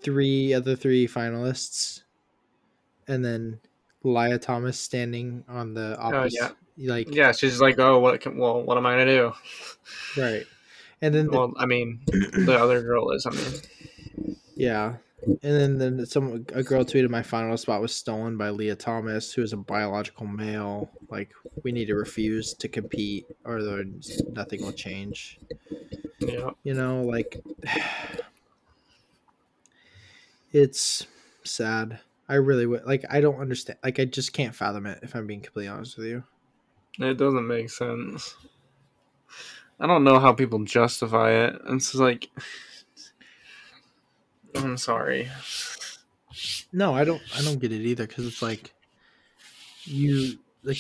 Speaker 2: three other three finalists and then Lia Thomas standing on the opposite like
Speaker 3: Yeah, she's like, "Oh, what? Can, well, what am I gonna do?"
Speaker 2: right. And then the-
Speaker 3: Well, I mean, the other girl is. I mean,
Speaker 2: Yeah. And then, then some a girl tweeted my final spot was stolen by Leah Thomas, who is a biological male. Like we need to refuse to compete, or there's- nothing will change.
Speaker 3: yeah,
Speaker 2: You know, like it's sad. I really would like. I don't understand. Like I just can't fathom it. If I'm being completely honest with you.
Speaker 3: it doesn't make sense. I don't know how people justify it. It's just like, I'm sorry.
Speaker 2: No, I don't. I don't get it either because it's like you like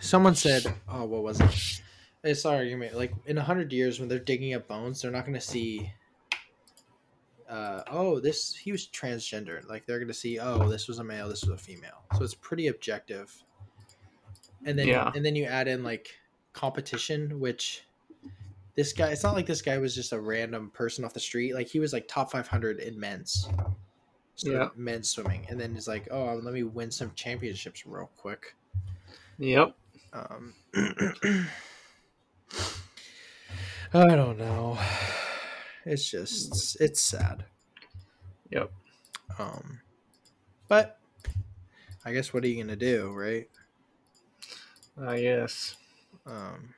Speaker 2: someone said. Oh, what was it? It's our argument. Like in a hundred years, when they're digging up bones, they're not going to see. Uh, oh, this he was transgender. Like they're going to see. Oh, this was a male. This was a female. So it's pretty objective. And then
Speaker 3: Yeah.
Speaker 2: and then you add in like competition, which this guy. It's not like this guy was just a random person off the street. Like he was like top five hundred in men's so
Speaker 3: Yeah.
Speaker 2: men's swimming, and then he's like, "Oh, let me win some championships real quick."
Speaker 3: Yep.
Speaker 2: Um, I don't know. It's just it's sad.
Speaker 3: Yep.
Speaker 2: Um, but I guess what are you gonna do, right?
Speaker 3: I guess.
Speaker 2: Um,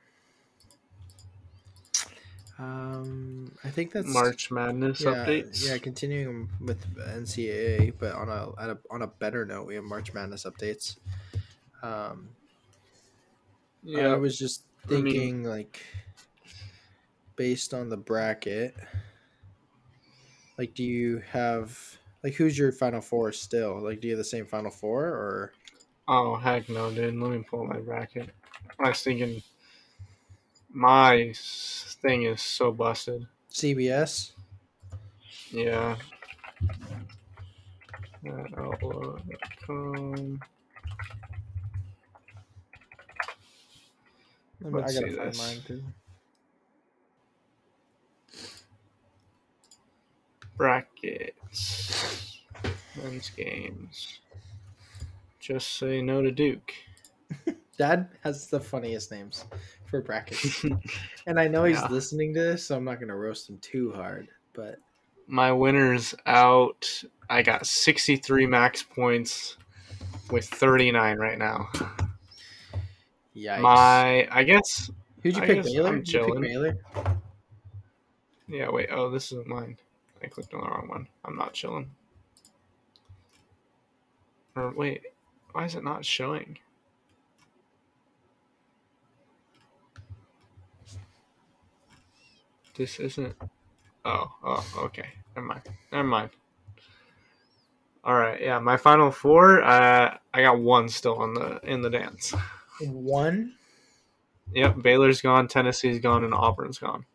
Speaker 2: um I think that's
Speaker 3: March Madness
Speaker 2: yeah,
Speaker 3: updates.
Speaker 2: Yeah, continuing with NCAA, but on a, at a on a better note, we have March Madness updates. Um,
Speaker 3: Yeah.
Speaker 2: I was just
Speaker 3: I mean-
Speaker 2: thinking, like, based on the bracket, like, do you have like who's your final four still? Like, do you have the same final four or?
Speaker 3: Oh heck no, dude! Let me pull my bracket. I was thinking, my s- thing is so busted.
Speaker 2: CBS.
Speaker 3: Yeah. At Outlook.com.
Speaker 2: Let me- I
Speaker 3: Let's
Speaker 2: gotta
Speaker 3: see
Speaker 2: find
Speaker 3: this.
Speaker 2: mine too.
Speaker 3: brackets, men's games. Just say no to Duke.
Speaker 2: Dad has the funniest names for brackets, and I know he's
Speaker 3: Yeah.
Speaker 2: listening to this, so I'm not gonna roast him too hard. But
Speaker 3: My winner's out. I got 63 max points with 39 right now.
Speaker 2: Yikes.
Speaker 3: My, I guess,
Speaker 2: Who'd you
Speaker 3: I
Speaker 2: pick,
Speaker 3: guess
Speaker 2: Baylor?
Speaker 3: I'm
Speaker 2: Did you pick
Speaker 3: chilling.
Speaker 2: Baylor?
Speaker 3: yeah, wait, oh, this isn't mine. I clicked on the wrong one. I'm not chilling. Or wait, why is it not showing? This isn't. Oh, oh, okay. Never mind. Never mind. All right, yeah. My final four. Uh, I got one still on the in the dance.
Speaker 2: One?
Speaker 3: Yep, Baylor's gone, Tennessee's gone, and Auburn's gone.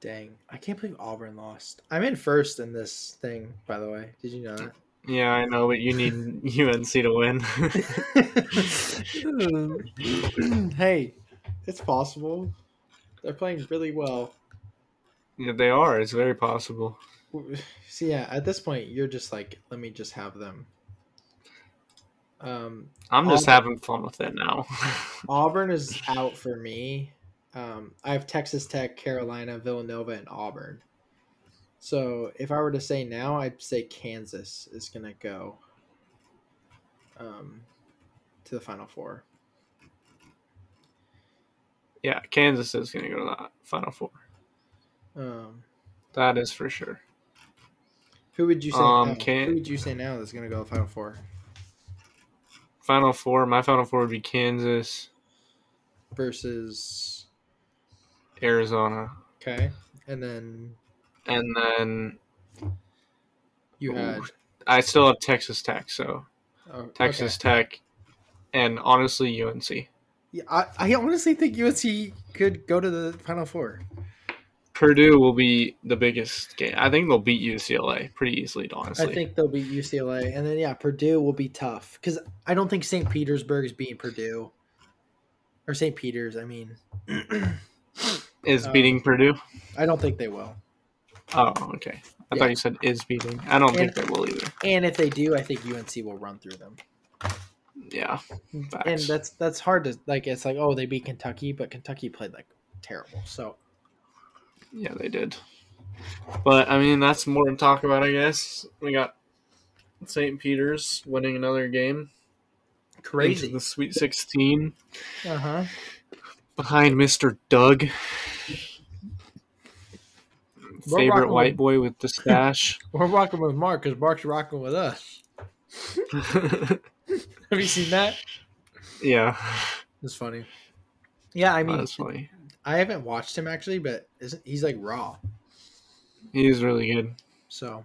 Speaker 2: Dang. I can't believe Auburn lost. I'm in first in this thing, by the way. Did you know
Speaker 3: Yeah, I know, but you need UNC to win.
Speaker 2: that? hey, it's possible. They're playing really well.
Speaker 3: yeah, they are. It's very possible.
Speaker 2: So yeah, at this point, you're just like, let me just have them Um,
Speaker 3: I'm just
Speaker 2: Auburn-
Speaker 3: having fun with it now.
Speaker 2: Auburn is out for me. Um, I have Texas Tech, Carolina, Villanova, and Auburn. So if I were to say now, I'd say Kansas is going to go um, to the Final Four.
Speaker 3: yeah, Kansas is going to go to that Final Four.
Speaker 2: Um,
Speaker 3: That is for sure.
Speaker 2: who would you say?
Speaker 3: Um,
Speaker 2: now?
Speaker 3: Can-
Speaker 2: Who would you say now is going to go to the Final Four?
Speaker 3: Final Four. My Final Four would be Kansas,
Speaker 2: versus
Speaker 3: Arizona,
Speaker 2: okay, and then
Speaker 3: and then
Speaker 2: you
Speaker 3: Ooh,
Speaker 2: had
Speaker 3: I still have Texas Tech. So
Speaker 2: oh, okay.
Speaker 3: Texas Tech, and honestly UNC.
Speaker 2: Yeah, I, I honestly think UNC could go to the Final Four.
Speaker 3: Purdue will be the biggest game. I think they'll beat UCLA pretty easily.
Speaker 2: I
Speaker 3: Honestly,
Speaker 2: think they'll beat UCLA, and then yeah, Purdue will be tough because I don't think St. Petersburg is beating Purdue or St. Peter's. I mean,
Speaker 3: is
Speaker 2: uh,
Speaker 3: beating Purdue.
Speaker 2: I don't think they will.
Speaker 3: Oh, okay. I
Speaker 2: Yeah.
Speaker 3: thought you said is beating. I don't
Speaker 2: And-
Speaker 3: think they will either.
Speaker 2: And if they do, I think UNC will run through them.
Speaker 3: Yeah.
Speaker 2: And
Speaker 3: Facts.
Speaker 2: that's that's hard to like. It's like oh, they beat Kentucky, but Kentucky played like terrible. So
Speaker 3: Yeah, they did. But I mean, that's more to talk about, I guess. We got St. Peter's winning another game into
Speaker 2: crazy.
Speaker 3: the Sweet 16
Speaker 2: Uh huh.
Speaker 3: behind Mr. Doug,
Speaker 2: We're
Speaker 3: favorite
Speaker 2: rocking
Speaker 3: white
Speaker 2: with-
Speaker 3: boy with the stash.
Speaker 2: We're rocking with Mark because Mark's rocking with us. Have you seen that?
Speaker 3: yeah,
Speaker 2: It's funny. Yeah, I mean,
Speaker 3: that's funny.
Speaker 2: I haven't watched him actually, but isn't, he's like raw.
Speaker 3: He's really good.
Speaker 2: So,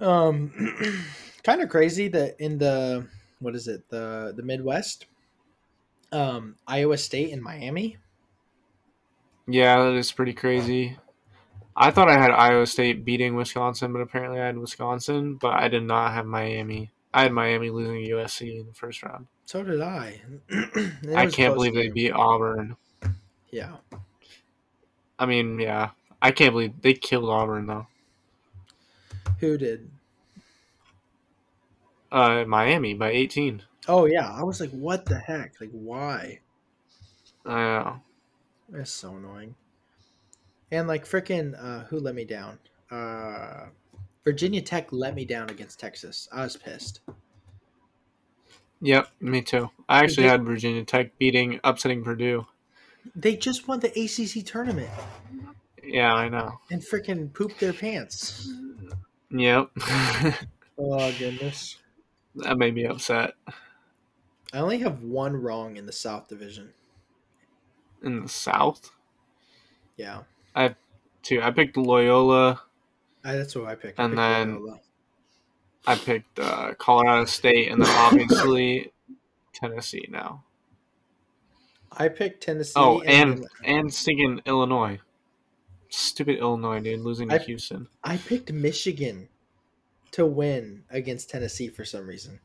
Speaker 2: um, kind of crazy that in the what is it the the Midwest, um, Iowa State and Miami.
Speaker 3: Yeah, that is pretty crazy. I thought I had Iowa State beating Wisconsin, but apparently I had Wisconsin, but I did not have Miami. I had Miami losing to USC in the first round.
Speaker 2: So did I. It
Speaker 3: I
Speaker 2: was a close
Speaker 3: can't believe they
Speaker 2: game.
Speaker 3: beat Auburn.
Speaker 2: Yeah,
Speaker 3: I mean, yeah, I can't believe they killed Auburn though.
Speaker 2: who did?
Speaker 3: Uh, Miami by 18.
Speaker 2: Oh yeah, I was like, what the heck? Like, why?
Speaker 3: I know.
Speaker 2: That's so annoying. And like freaking, uh, who let me down? Uh, Virginia Tech let me down against Texas. I was pissed.
Speaker 3: Yep, me too. I actually
Speaker 2: did-
Speaker 3: had Virginia Tech beating, upsetting Purdue.
Speaker 2: They just won the ACC tournament
Speaker 3: Yeah, I know.
Speaker 2: and freaking pooped their pants.
Speaker 3: Yep,
Speaker 2: Oh goodness!
Speaker 3: that made me upset
Speaker 2: I only have one wrong in the South Division.
Speaker 3: in the South
Speaker 2: Yeah,
Speaker 3: too. I picked Loyola.
Speaker 2: I, that's what I picked. I
Speaker 3: And
Speaker 2: picked
Speaker 3: then-
Speaker 2: Loyola.
Speaker 3: I picked uh, Colorado State, and then obviously Tennessee now.
Speaker 2: I picked Tennessee.
Speaker 3: Oh,
Speaker 2: then
Speaker 3: and and stinking Illinois. Stupid Illinois, dude, losing to
Speaker 2: I-
Speaker 3: Houston.
Speaker 2: I picked Michigan to win against Tennessee for some reason.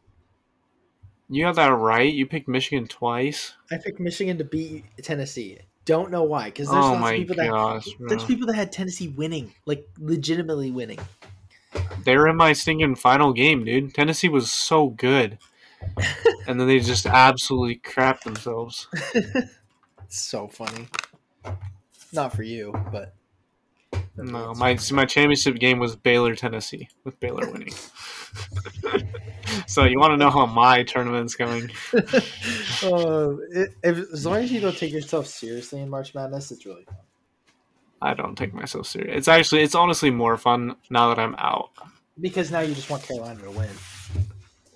Speaker 3: You have that right. You picked Michigan twice.
Speaker 2: I picked Michigan to beat Tennessee. Don't know why, because there's
Speaker 3: Oh
Speaker 2: lots of
Speaker 3: my
Speaker 2: people that
Speaker 3: gosh,
Speaker 2: there's
Speaker 3: bro.
Speaker 2: people that had Tennessee winning, like legitimately winning.
Speaker 3: they were in my stinking final game, dude. Tennessee was so good, and then they just absolutely crapped themselves.
Speaker 2: It's so funny. Not for you, but
Speaker 3: No, my my championship game was Baylor, Tennessee, with Baylor winning. so you want to know how my tournament's going?
Speaker 2: uh, it, if, as long as you don't take yourself seriously in March Madness, it's really fun.
Speaker 3: I don't take myself serious. It's actually, it's honestly more fun now that I'm out.
Speaker 2: because now you just want Carolina to win.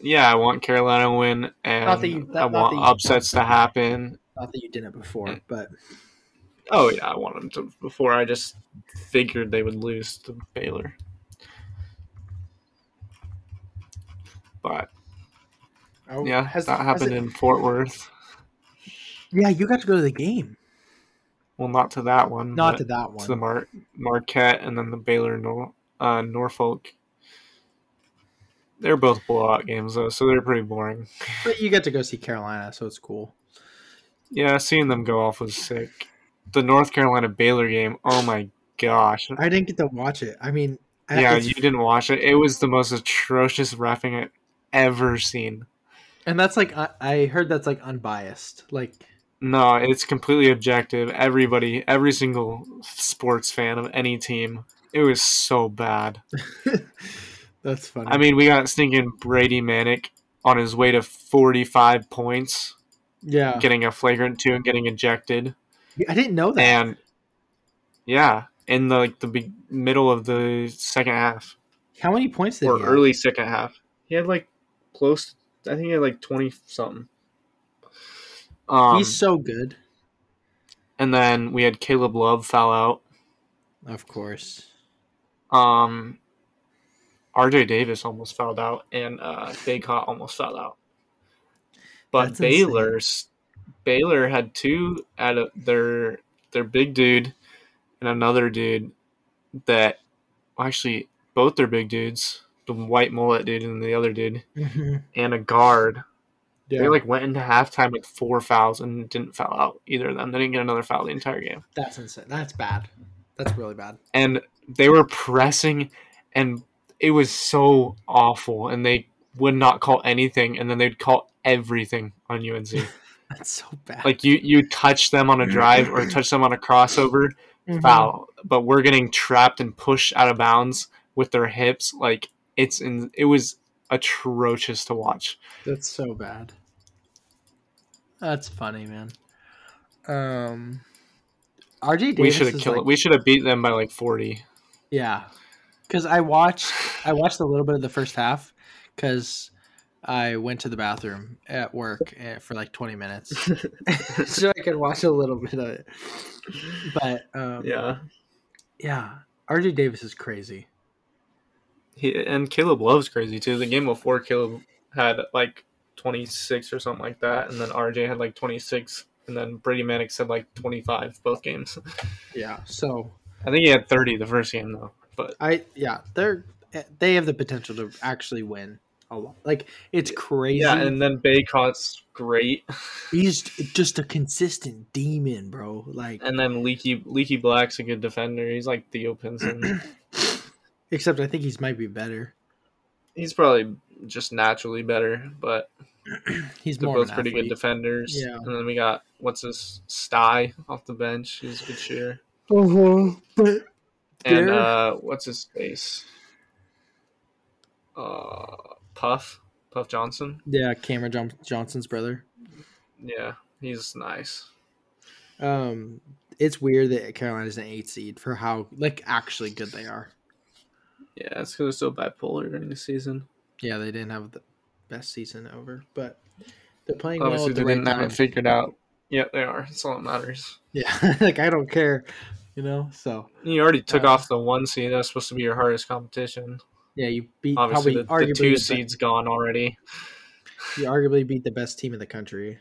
Speaker 3: Yeah, I want Carolina to win, and
Speaker 2: Not that you- not-
Speaker 3: I
Speaker 2: not
Speaker 3: want
Speaker 2: that you-
Speaker 3: upsets to happen.
Speaker 2: Not that you didn't
Speaker 3: Mm.
Speaker 2: before, but
Speaker 3: Oh yeah, I want them to. Before I just figured they would lose to Baylor, but
Speaker 2: oh,
Speaker 3: yeah,
Speaker 2: has-
Speaker 3: that
Speaker 2: has
Speaker 3: happened
Speaker 2: it-
Speaker 3: in Fort Worth.
Speaker 2: yeah, you got to go to the game,
Speaker 3: Well, not to that one.
Speaker 2: not to
Speaker 3: but
Speaker 2: that one.
Speaker 3: to the Mar- Marquette and then the Baylor Nor- uh, Norfolk. They're both blowout games though, so they're pretty boring.
Speaker 2: but you get to go see Carolina, so it's cool.
Speaker 3: Yeah, seeing them go off was sick. The North Carolina Baylor game. Oh my gosh.
Speaker 2: I didn't get to watch it. I mean, I-
Speaker 3: Yeah,
Speaker 2: it's-
Speaker 3: you didn't watch it. It was the most atrocious refing ever seen.
Speaker 2: And that's like I, I heard that's like unbiased. Like
Speaker 3: No, it's completely objective. Everybody, every single sports fan of any team, it was so bad.
Speaker 2: that's funny.
Speaker 3: I mean, we got stinking Brady Manic on his way to 45 points,
Speaker 2: yeah,
Speaker 3: getting a flagrant two and getting ejected.
Speaker 2: I didn't know that.
Speaker 3: And yeah, in the like the be- middle of the second half
Speaker 2: How many points did
Speaker 3: or
Speaker 2: he have?
Speaker 3: early second half, he had like close. I think he had like 20 something. Um,
Speaker 2: He's so good,
Speaker 3: and then we had Caleb Love foul out.
Speaker 2: of course.
Speaker 3: Um, RJ Davis almost fouled out, and uh, Baycott almost fouled out. But
Speaker 2: That's insane.
Speaker 3: Baylor's Baylor had two out of their their big dude and another dude that well, actually both their big dudes, the white mullet dude and the other dude,
Speaker 2: Mhm.
Speaker 3: and a guard.
Speaker 2: Yeah,
Speaker 3: They like went into halftime with four fouls and didn't foul out either of them. They didn't get another foul the entire game
Speaker 2: that's insane. That's bad. That's really bad.
Speaker 3: and they were pressing and it was so awful and they would not call anything and then they'd call everything on UNC.
Speaker 2: That's so bad.
Speaker 3: like you you touch them on a drive or touch them on a crossover,
Speaker 2: Mhm.
Speaker 3: foul. But we're getting trapped and pushed out of bounds with their hips. Like it's in it was atrocious to watch.
Speaker 2: That's so bad. That's funny, man. Um, RJ Davis
Speaker 3: we should have
Speaker 2: is
Speaker 3: killed
Speaker 2: like-
Speaker 3: it. We should have beat them by like 40.
Speaker 2: Yeah, because I watched I watched a little bit of the first half because I went to the bathroom at work eh, for like twenty minutes, so I could watch a little bit of it. But um, yeah. RJ Davis is crazy.
Speaker 3: He, and Caleb Love's crazy too. The game before Caleb had like 26 or something like that, and then RJ had like 26, and then Brady Manic had like 25 both games.
Speaker 2: Yeah, so
Speaker 3: I think he had 30 the first game though. But
Speaker 2: I yeah they're eh, they have the potential to actually win a lot. Like it's crazy.
Speaker 3: yeah, and then Baycott's great,
Speaker 2: He's just a consistent demon, bro. Like,
Speaker 3: and then Leaky Leaky Black's a good defender. He's like Theo Pinson.
Speaker 2: except I think he's might be better.
Speaker 3: He's probably just naturally better, but
Speaker 2: He's
Speaker 3: they're
Speaker 2: more
Speaker 3: both pretty good
Speaker 2: defense.
Speaker 3: defenders.
Speaker 2: Yeah.
Speaker 3: And then we got what's his Sty off the bench. He's a good shooter.
Speaker 2: But
Speaker 3: and
Speaker 2: There-
Speaker 3: uh, what's his face? Uh, Puff, Puff Johnson.
Speaker 2: yeah, Cameron John- Johnson's brother.
Speaker 3: Yeah, he's nice.
Speaker 2: Um, it's weird that Carolina's an eight seed for how like actually good they are.
Speaker 3: Yeah, it's because they're so bipolar during the season.
Speaker 2: Yeah, they didn't have the best season over, but they're playing well
Speaker 3: Obviously,
Speaker 2: at
Speaker 3: they
Speaker 2: the right
Speaker 3: didn't have
Speaker 2: time.
Speaker 3: it figured out. Yeah, they are. That's all that matters.
Speaker 2: Yeah, like I don't care, you know. So
Speaker 3: You already took
Speaker 2: Uh,
Speaker 3: off the one seed. That was supposed to be your hardest competition.
Speaker 2: yeah, you beat
Speaker 3: Obviously, the,
Speaker 2: probably
Speaker 3: the
Speaker 2: arguably
Speaker 3: two
Speaker 2: best-
Speaker 3: seed's gone already.
Speaker 2: You arguably beat the best team in the country.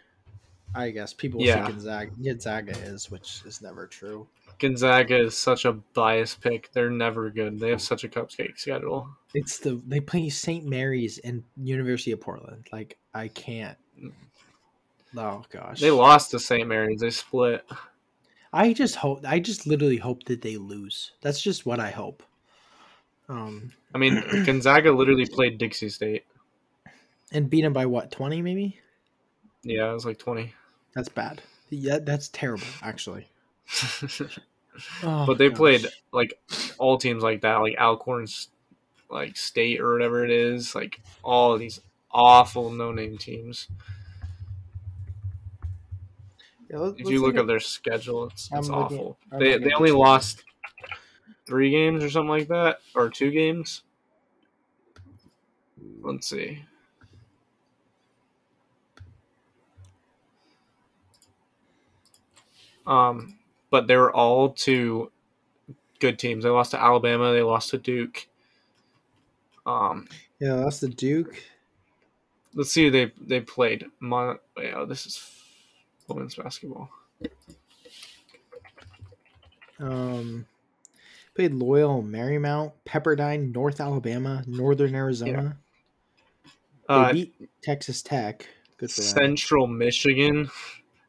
Speaker 2: I guess people think
Speaker 3: Yeah.
Speaker 2: Gonzaga, Gonzaga is, which is never true.
Speaker 3: Gonzaga is such a biased pick. They're never good. They have such a cupcake schedule.
Speaker 2: It's the they play St. Mary's and University of Portland. Like I can't. Oh gosh,
Speaker 3: They lost to St. Mary's. They split.
Speaker 2: I just hope. I just literally hope that they lose. That's just what I hope. Um,
Speaker 3: I mean, Gonzaga literally played Dixie State.
Speaker 2: and beat them by what twenty maybe?
Speaker 3: Yeah, it was like 20.
Speaker 2: That's bad. Yeah, that's terrible actually. Oh,
Speaker 3: but they
Speaker 2: gosh.
Speaker 3: played like all teams like that, like Alcorn's like state or whatever it is, like all of these awful no name teams.
Speaker 2: Yeah, let-
Speaker 3: If
Speaker 2: let's
Speaker 3: you look
Speaker 2: at-
Speaker 3: at their schedule, it's,
Speaker 2: I'm
Speaker 3: it's
Speaker 2: looking-
Speaker 3: awful.
Speaker 2: I'm
Speaker 3: They
Speaker 2: looking
Speaker 3: they
Speaker 2: at
Speaker 3: only
Speaker 2: this.
Speaker 3: lost three games or something like that, or two games. Let's see. Um, but they were all to good teams. They lost to Alabama. They lost to Duke. Um,
Speaker 2: yeah, that's the Duke.
Speaker 3: let's see who they they played. Mon- wait, oh, this is women's basketball.
Speaker 2: Um, played Loyal, Marymount, Pepperdine, North Alabama, Northern Arizona.
Speaker 3: Uh,
Speaker 2: they beat Texas Tech. Good for them.
Speaker 3: Central Michigan,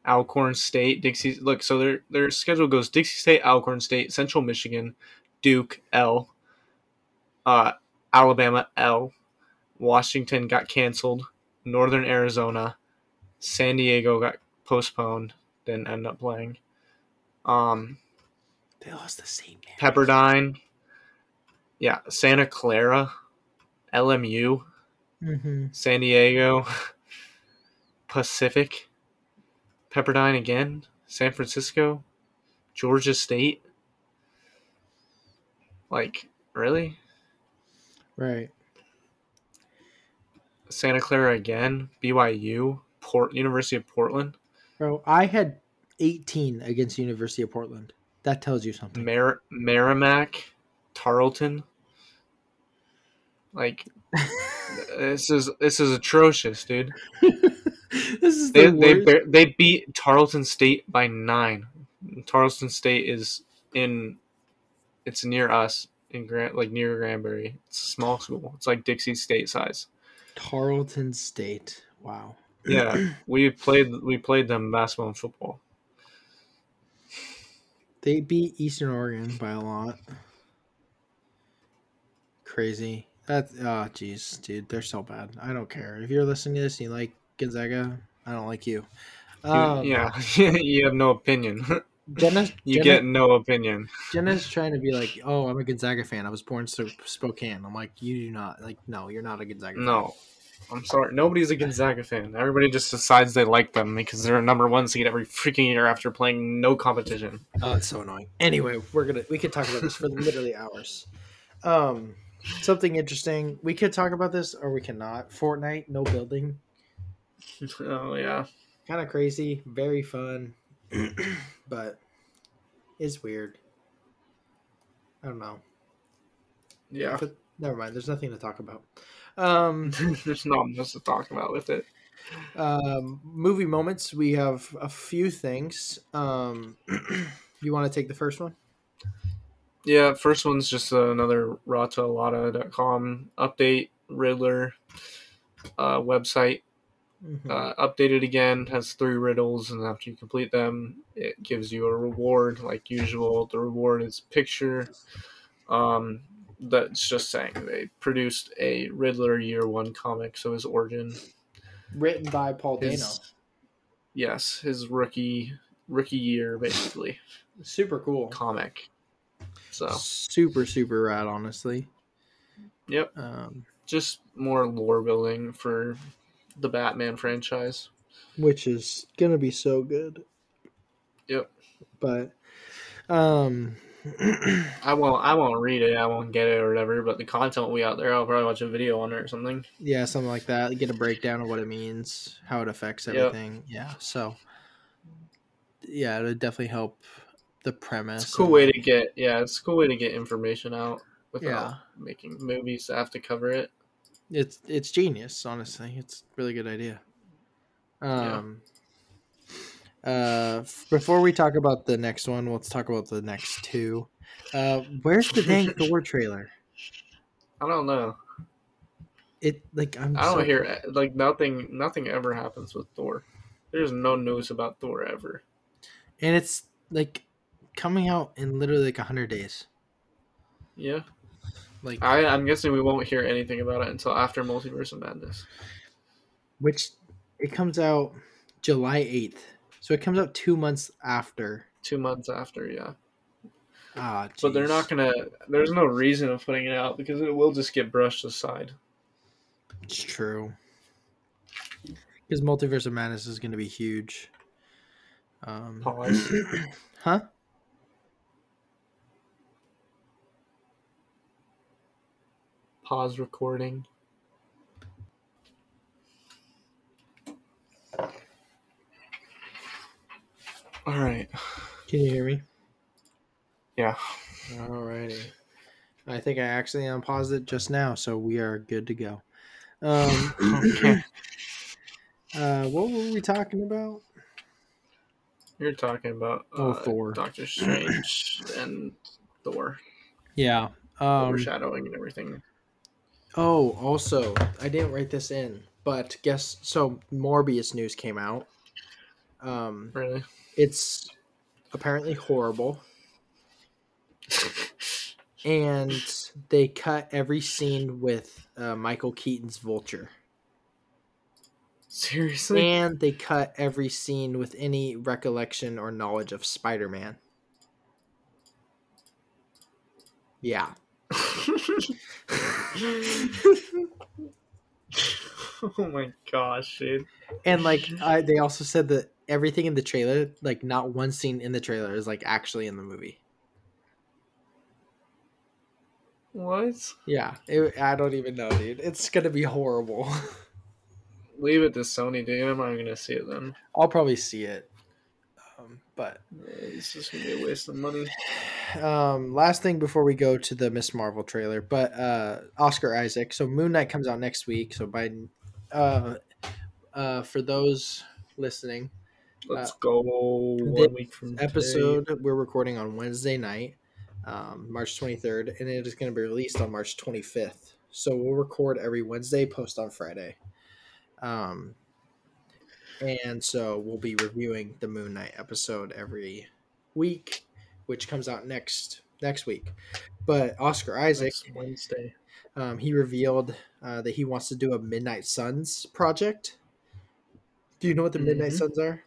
Speaker 3: Alcorn State, Dixie. Look, so their their schedule goes Dixie State, Alcorn State, Central Michigan, Duke L, uh, Alabama L, Washington got canceled. Northern Arizona, San Diego got postponed. Didn't end up playing. Um,
Speaker 2: They lost the same man.
Speaker 3: Pepperdine. Yeah, Santa Clara, LMU,
Speaker 2: Mm-hmm.
Speaker 3: San Diego, Pacific, Pepperdine again, San Francisco, Georgia State. Like, really?
Speaker 2: Right.
Speaker 3: Santa Clara again, BYU, Port University of Portland,
Speaker 2: Bro, I had 18 against University of Portland. That tells you something.
Speaker 3: Mer- Merrimack, Tarleton. Like this is this is atrocious, dude.
Speaker 2: this is
Speaker 3: They
Speaker 2: the
Speaker 3: they
Speaker 2: worst.
Speaker 3: bar- they beat Tarleton State by 9. Tarleton State is in it's near us in Grant like near Granbury. It's a small school. It's like Dixie State size.
Speaker 2: Tarleton State. Wow.
Speaker 3: Yeah. we played we played them basketball and football.
Speaker 2: They beat Eastern Oregon by a lot. Crazy. That oh jeez, dude, they're so bad. I don't care. If you're listening to this and you like Gonzaga, I don't like you.
Speaker 3: You-
Speaker 2: Um,
Speaker 3: yeah, you have no opinion.
Speaker 2: Jenna's,
Speaker 3: you
Speaker 2: Jenna-
Speaker 3: get no opinion.
Speaker 2: Jenna's trying to be like, oh, I'm a Gonzaga fan. I was born in Sp- Spokane. I'm like, you do not like. No, you're not a Gonzaga. fan.
Speaker 3: No, I'm sorry. Nobody's a Gonzaga fan. Everybody just decides they like them because they're a number one seed every freaking year after playing no competition.
Speaker 2: Oh, it's so annoying. Anyway, we're gonna we could talk about this for literally hours. Um, something interesting. We could talk about this or we cannot. Fortnite, no building.
Speaker 3: Oh yeah,
Speaker 2: kind of crazy, very fun, but it's weird. I don't know.
Speaker 3: yeah.
Speaker 2: But never mind. There's nothing to talk about. Um,
Speaker 3: There's not much to talk about with it.
Speaker 2: um, movie moments. We have a few things. Um, you want to take the first one?
Speaker 3: Yeah, first one's just another RawToAlotta.com update. Riddler uh, website
Speaker 2: Mhm.
Speaker 3: uh, updated again. Has three riddles, and after you complete them, it gives you a reward like usual. The reward is picture. Um, that's just saying they produced a Riddler year one comic, so his origin,
Speaker 2: Written by Paul Dano.
Speaker 3: his, yes, his rookie rookie year basically
Speaker 2: Super cool.
Speaker 3: comic. So
Speaker 2: Super super rad. Honestly.
Speaker 3: Yep.
Speaker 2: Um,
Speaker 3: just more lore building for the Batman franchise.
Speaker 2: which is gonna be so good.
Speaker 3: Yep.
Speaker 2: But, um.
Speaker 3: I won't I won't read it, I won't get it or whatever, but the content will be out there. I'll probably watch a video on it or something.
Speaker 2: Yeah, something like that. Get a breakdown of what it means, how it affects
Speaker 3: Yep.
Speaker 2: everything. Yeah. So yeah, it would definitely help the premise.
Speaker 3: It's a cool
Speaker 2: and,
Speaker 3: way
Speaker 2: like,
Speaker 3: to get yeah, it's a cool way to get information out without
Speaker 2: Yeah.
Speaker 3: making movies that have to cover it.
Speaker 2: It's it's genius, honestly. It's a really good idea.
Speaker 3: Yeah.
Speaker 2: Um uh f- before we talk about the next one, let's talk about the next two. Uh where's the dang Thor trailer?
Speaker 3: I don't know.
Speaker 2: It like I'm
Speaker 3: I don't
Speaker 2: so-
Speaker 3: hear like nothing. Nothing ever happens with Thor. There's no news about Thor ever.
Speaker 2: and it's like coming out in literally like hundred days.
Speaker 3: Yeah,
Speaker 2: Like
Speaker 3: I, I'm guessing we won't hear anything about it until after Multiverse of Madness.
Speaker 2: which it comes out July 8th. So it comes out two months after.
Speaker 3: Two months after, yeah.
Speaker 2: Ah,
Speaker 3: But they're not
Speaker 2: jeez.
Speaker 3: gonna. There's no reason of putting it out because it will just get brushed aside.
Speaker 2: It's true. Because Multiverse of Madness is going to be huge. Um,
Speaker 3: Pause.
Speaker 2: huh?
Speaker 3: Pause recording. All right.
Speaker 2: Can you hear me?
Speaker 3: Yeah.
Speaker 2: Alrighty. I think I actually unpaused it just now, so we are good to go. Um,
Speaker 3: Okay.
Speaker 2: uh, what were we talking about?
Speaker 3: You're talking about
Speaker 2: Oh, Thor.
Speaker 3: Uh, Doctor Strange, and Thor
Speaker 2: Yeah. Um,
Speaker 3: overshadowing and everything.
Speaker 2: Oh, also, I didn't write this in, but guess so. Morbius news came out. Um,
Speaker 3: Really.
Speaker 2: it's apparently horrible, and this, they cut every scene with uh, Michael Keaton's Vulture,
Speaker 3: Seriously?
Speaker 2: and they cut every scene with any recollection or knowledge of Spider-Man. Yeah,
Speaker 3: oh my gosh, dude.
Speaker 2: and like I, they also said that everything in the trailer, like not one scene in the trailer, is like actually in the movie.
Speaker 3: What?
Speaker 2: Yeah, it, I don't even know, dude. It's gonna be horrible.
Speaker 3: Leave it to Sony, dude. I'm not gonna see it then.
Speaker 2: I'll probably see it, um, but
Speaker 3: It's just gonna be a waste of money.
Speaker 2: um, last thing before we go to the Miss Marvel trailer, but uh, Oscar Isaac. So Moon Knight comes out next week. So Biden, uh, uh, for those listening,
Speaker 3: Let's go
Speaker 2: Uh, this
Speaker 3: one week from today.
Speaker 2: episode we're recording on Wednesday night, um, March 23rd, and it is going to be released on March 25th. So we'll record every Wednesday, post on Friday, um, and so we'll be reviewing the Moon Knight episode every week, which comes out next next week. But Oscar Isaac,
Speaker 3: Next Wednesday.
Speaker 2: um, he revealed uh, that he wants to do a Midnight Suns project. Do you know what the Midnight
Speaker 3: Mhm.
Speaker 2: Suns are?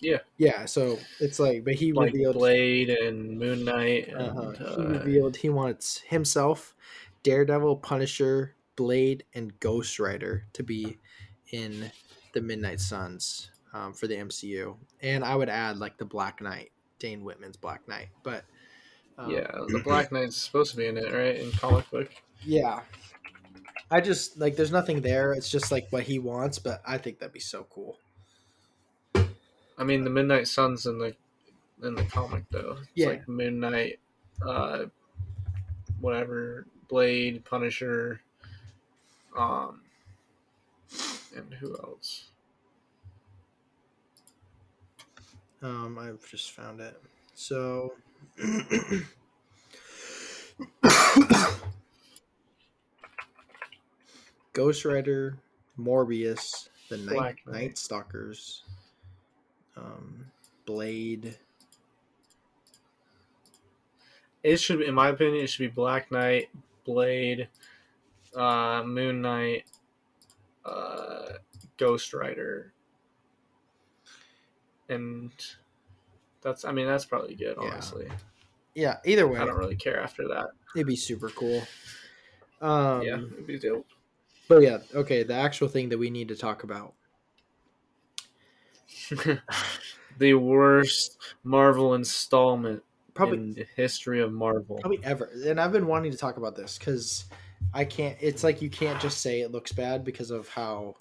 Speaker 3: Yeah.
Speaker 2: Yeah, so it's like, but he
Speaker 3: Like
Speaker 2: revealed
Speaker 3: Blade and Moon Knight and
Speaker 2: uh-huh,
Speaker 3: uh,
Speaker 2: he revealed he wants himself, Daredevil, Punisher, Blade, and Ghost Rider to be in the Midnight Suns um, for the MCU, and I would add like the Black Knight, Dane Whitman's Black Knight, but um,
Speaker 3: yeah, the Black Knight's supposed to be in it, right? In comic book.
Speaker 2: Yeah. I just like there's nothing there. It's just like what he wants, but I think that'd be so cool.
Speaker 3: I mean, the Midnight Sun's in the in the comic though. It's
Speaker 2: Yeah.
Speaker 3: like Midnight, uh, whatever, Blade, Punisher, um, and who else?
Speaker 2: Um I've just found it. So Ghost Rider, Morbius, the Night
Speaker 3: Black Knight.
Speaker 2: Night Stalkers, um Blade.
Speaker 3: It should, in my opinion, it should be Black Knight, Blade, uh, Moon Knight, uh, Ghost Rider, and that's. I mean, that's probably good.
Speaker 2: Yeah.
Speaker 3: Honestly,
Speaker 2: Yeah, either way,
Speaker 3: I don't really care after that.
Speaker 2: it'd be super cool. Um
Speaker 3: yeah, it'd be dope.
Speaker 2: But yeah, okay, the actual thing that we need to talk about.
Speaker 3: the worst Marvel installment
Speaker 2: Probably
Speaker 3: in the history of Marvel.
Speaker 2: probably ever. And I've been wanting to talk about this cuz I can't it's like you can't just say it looks bad because of how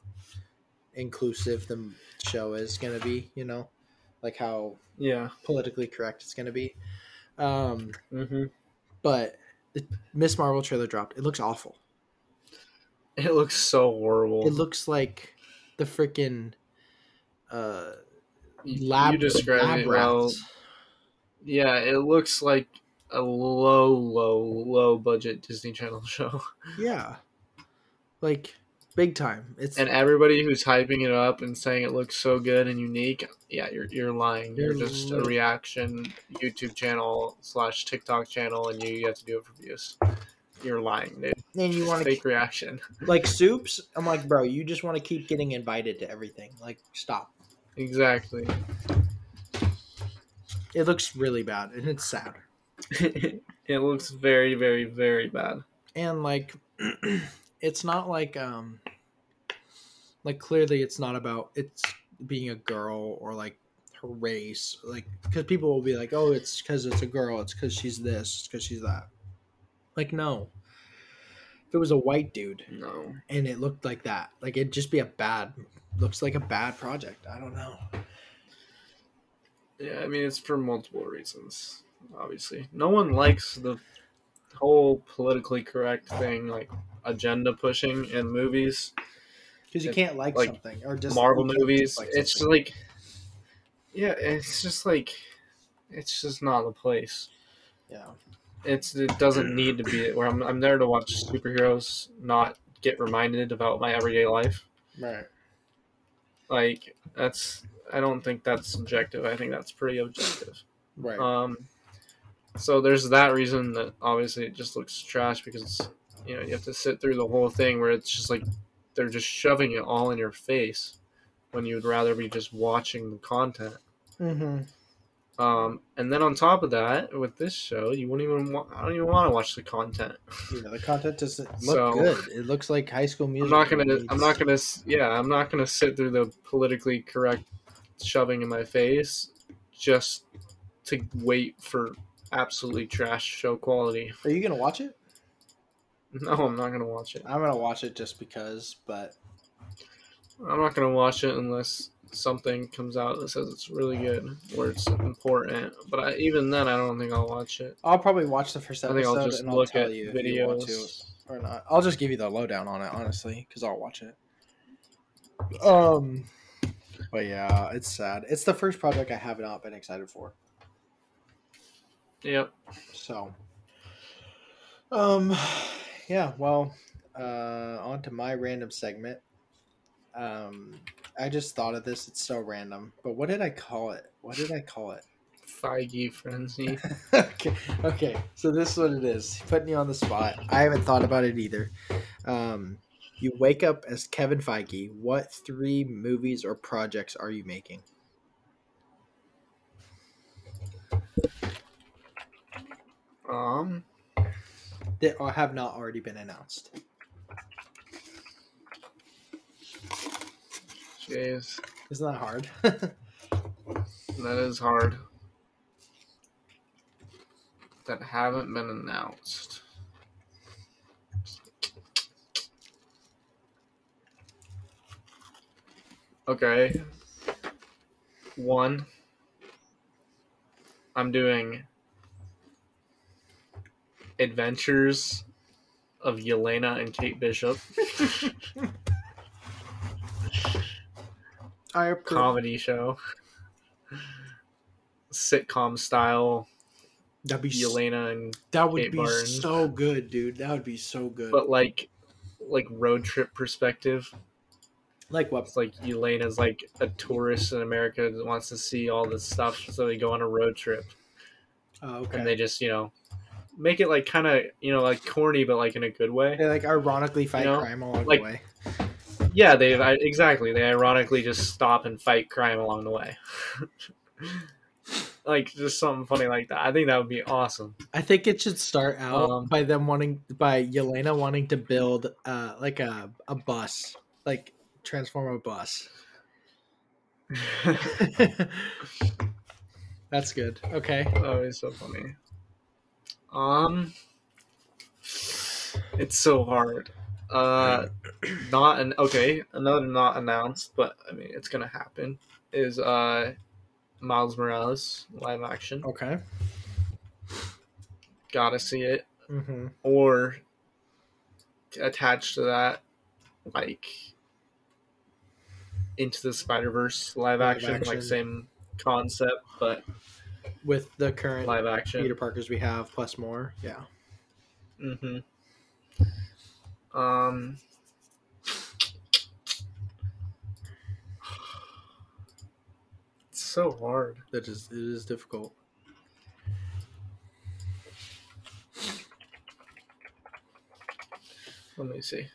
Speaker 2: inclusive the show is going to be, you know? Like how
Speaker 3: Yeah.
Speaker 2: politically correct it's going to be. Um
Speaker 3: hmm
Speaker 2: but the Miss Marvel trailer dropped. It looks awful.
Speaker 3: It looks so horrible.
Speaker 2: It looks like the freaking uh
Speaker 3: You-
Speaker 2: lab
Speaker 3: you described
Speaker 2: lab
Speaker 3: it well.
Speaker 2: rats.
Speaker 3: Yeah, it looks like a low, low, low budget Disney Channel show.
Speaker 2: Yeah. Like big time. It's
Speaker 3: And everybody who's hyping it up and saying it looks so good and unique, yeah, you're, you're lying. You're
Speaker 2: You're
Speaker 3: just a
Speaker 2: li-
Speaker 3: reaction YouTube channel slash TikTok channel, and you, you have to do it for views. You're lying, dude.
Speaker 2: and you want to
Speaker 3: Fake reaction.
Speaker 2: like soups i'm like bro you just want to keep getting invited to everything like stop
Speaker 3: Exactly.
Speaker 2: it looks really bad and it's sad
Speaker 3: it looks very, very, very bad.
Speaker 2: and like it's not like um like clearly it's not about it's being a girl or like her race like because people will be like oh it's because it's a girl it's because she's this it's because she's that like no if it was a white dude
Speaker 3: No.
Speaker 2: and it looked like that like it'd just be a bad looks like a bad project i don't know
Speaker 3: Yeah, I mean it's for multiple reasons. Obviously, no one likes the whole politically correct thing, like agenda pushing in movies,
Speaker 2: Because you
Speaker 3: It's
Speaker 2: can't like,
Speaker 3: like
Speaker 2: something or just
Speaker 3: Marvel
Speaker 2: you can't
Speaker 3: movies.
Speaker 2: just like
Speaker 3: it's just
Speaker 2: something.
Speaker 3: like, yeah, it's just like, it's just not the place.
Speaker 2: yeah,
Speaker 3: It's it doesn't need to be where I'm. I'm there to watch superheroes, not get reminded about my everyday life.
Speaker 2: right.
Speaker 3: like Uh, that's i don't think that's subjective i think that's pretty objective
Speaker 2: Right.
Speaker 3: um so there's that reason that obviously it just looks trash because you know you have to sit through the whole thing where it's just like they're just shoving it all in your face when you would rather be just watching the content.
Speaker 2: Mm-hmm.
Speaker 3: Um, and then on top of that, with this show, you wouldn't even want, I don't even want to watch the content.
Speaker 2: Yeah, the content doesn't look
Speaker 3: So-
Speaker 2: good. It looks like High School Music.
Speaker 3: I'm not gonna. I'm not gonna. s- Yeah, I'm not gonna sit through the politically correct shoving in my face just to wait for absolutely trash show quality.
Speaker 2: Are you gonna watch it?
Speaker 3: No, I'm not gonna watch it.
Speaker 2: I'm gonna watch it just because, but
Speaker 3: I'm not gonna watch it unless something comes out that says it's really good or it's important. But I, even then, I don't think I'll watch it.
Speaker 2: I'll probably watch the first
Speaker 3: I think
Speaker 2: episode
Speaker 3: I'll just
Speaker 2: and I'll
Speaker 3: look
Speaker 2: tell
Speaker 3: at
Speaker 2: you if you want to
Speaker 3: videos.
Speaker 2: or not. I'll just give you the lowdown on it, honestly, because I'll watch it. Um, but yeah, it's sad. It's the first project I have not been excited for.
Speaker 3: Yep.
Speaker 2: So, um, yeah. Well, uh, on to my random segment. Um, I just thought of this. It's so random. But what did I call it? What did I call it?
Speaker 3: Feige frenzy.
Speaker 2: okay. Okay. So this is what it is. Putting you on the spot. I haven't thought about it either. Um, you wake up as Kevin Feige. What three movies or projects are you making?
Speaker 3: Um,
Speaker 2: That are- have not already been announced.
Speaker 3: jeez,
Speaker 2: Isn't that hard?
Speaker 3: that is hard. That haven't been announced. Okay. One. I'm doing Adventures of Yelena and Kate Bishop
Speaker 2: I approve.
Speaker 3: comedy show. Sitcom style
Speaker 2: That'd be s-
Speaker 3: Yelena and
Speaker 2: that would
Speaker 3: Kate
Speaker 2: be
Speaker 3: Barnes.
Speaker 2: so good, dude. That would be so good.
Speaker 3: but like like road trip perspective.
Speaker 2: like what?
Speaker 3: It's like Elena's like a tourist in America that wants to see all this stuff, so they go on a road trip
Speaker 2: Oh,
Speaker 3: and
Speaker 2: okay.
Speaker 3: they just you know make it like kind of you know like corny but like in a good way.
Speaker 2: They like ironically fight
Speaker 3: know,
Speaker 2: crime along
Speaker 3: like-
Speaker 2: the way.
Speaker 3: Yeah, they I, exactly they ironically just stop and fight crime along the way. like just something funny like that. I think that would be awesome.
Speaker 2: I think it should start out
Speaker 3: Um,
Speaker 2: by them wanting by Yelena wanting to build uh like a a bus, like transform a bus. That's good. Okay.
Speaker 3: That would be so funny. Um, it's so hard. Uh, not an okay. Another not announced, but I mean it's gonna happen. Is uh, Miles Morales live action?
Speaker 2: Okay.
Speaker 3: Gotta see it.
Speaker 2: Mm-hmm.
Speaker 3: Or attached to that, like into the Spider Verse live,
Speaker 2: Live
Speaker 3: action,
Speaker 2: action.
Speaker 3: like same concept, but
Speaker 2: With the current
Speaker 3: live action.
Speaker 2: Peter Parkers we have plus more. Yeah.
Speaker 3: Mm-hmm. Um. It's so hard.
Speaker 2: That is it is difficult.
Speaker 3: Let me see.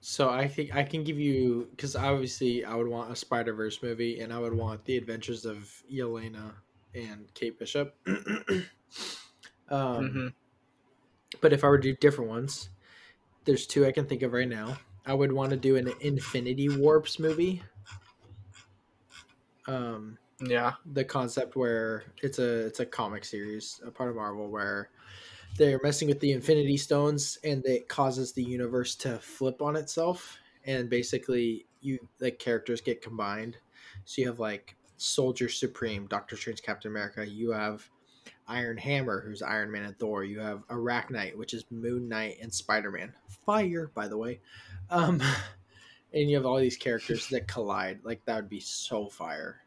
Speaker 2: So I think I can give you because obviously I would want a Spider Verse movie and I would want the Adventures of Yelena and Kate Bishop. um,
Speaker 3: hmm
Speaker 2: But if I were to do different ones, there's two I can think of right now. I would want to do an Infinity Warps movie. Um,
Speaker 3: Yeah.
Speaker 2: the concept where it's a it's a comic series, a part of Marvel where they're messing with the Infinity Stones and it causes the universe to flip on itself and basically you like characters get combined. So you have like Soldier Supreme, Doctor Strange, Captain America. You have Iron Hammer, who's Iron Man and Thor. You have Arachnite, which is Moon Knight and Spider Man. Fire, by the way. Um, and you have all these characters that collide. Like that would be so fire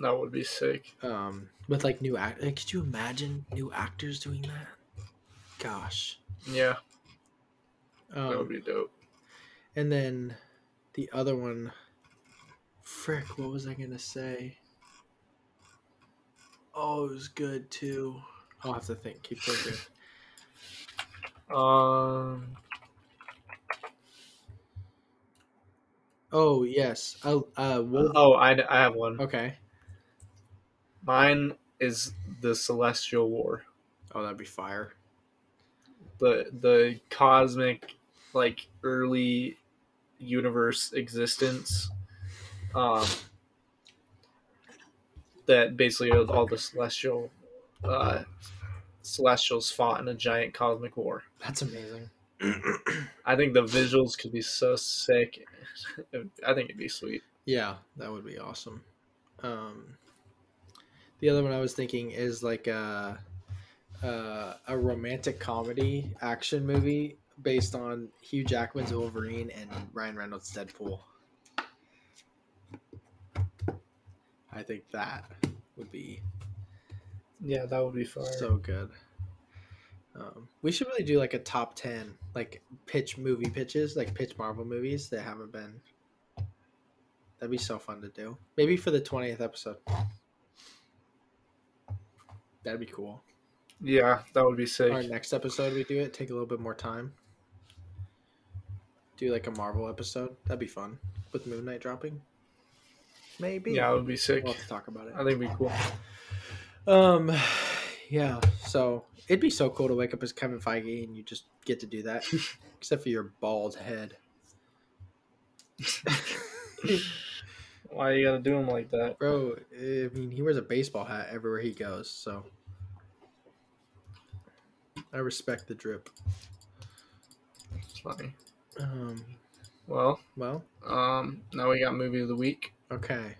Speaker 3: That would be sick.
Speaker 2: um with like new act like could you imagine new actors doing that gosh
Speaker 3: Yeah. that would
Speaker 2: um
Speaker 3: be dope.
Speaker 2: and then the other one frick what was i gonna say Oh, it was good too. I'll have to think. Keep thinking.
Speaker 3: Um,
Speaker 2: Oh yes. Oh, uh, Wolver-
Speaker 3: oh, I, I have one.
Speaker 2: okay.
Speaker 3: Mine is the Celestial War,
Speaker 2: Oh, that'd be fire.
Speaker 3: the the cosmic, like early universe existence, um, that basically all the celestial, uh, celestials fought in a giant cosmic war.
Speaker 2: That's amazing.
Speaker 3: I think the visuals could be so sick. I think it'd be sweet.
Speaker 2: Yeah, that would be awesome. Um, the other one I was thinking is like a uh, a romantic comedy action movie based on Hugh Jackman's Wolverine and Ryan Reynolds' Deadpool. I think that would be
Speaker 3: Yeah, that would be fun.
Speaker 2: so good. Um, we should really do like a top ten, like pitch movie pitches, like pitch Marvel movies that haven't been. That'd be so fun to do. Maybe for the twentieth episode. That'd be cool.
Speaker 3: yeah, that would be sick.
Speaker 2: Our next episode, we do it. Take a little bit more time. Do like a Marvel episode. That'd be fun with Moon Knight dropping. Maybe.
Speaker 3: Yeah, it would be sick.
Speaker 2: We'll have to talk about it.
Speaker 3: I think it'd be cool.
Speaker 2: Um, yeah. So it'd be so cool to wake up as Kevin Feige and you just get to do that, except for your bald head.
Speaker 3: Why you gotta do them like that?
Speaker 2: Bro, I mean, he wears a baseball hat everywhere he goes, so I respect the drip.
Speaker 3: It's funny.
Speaker 2: Um,
Speaker 3: Well,
Speaker 2: well,
Speaker 3: um, now we got movie of the week,
Speaker 2: okay.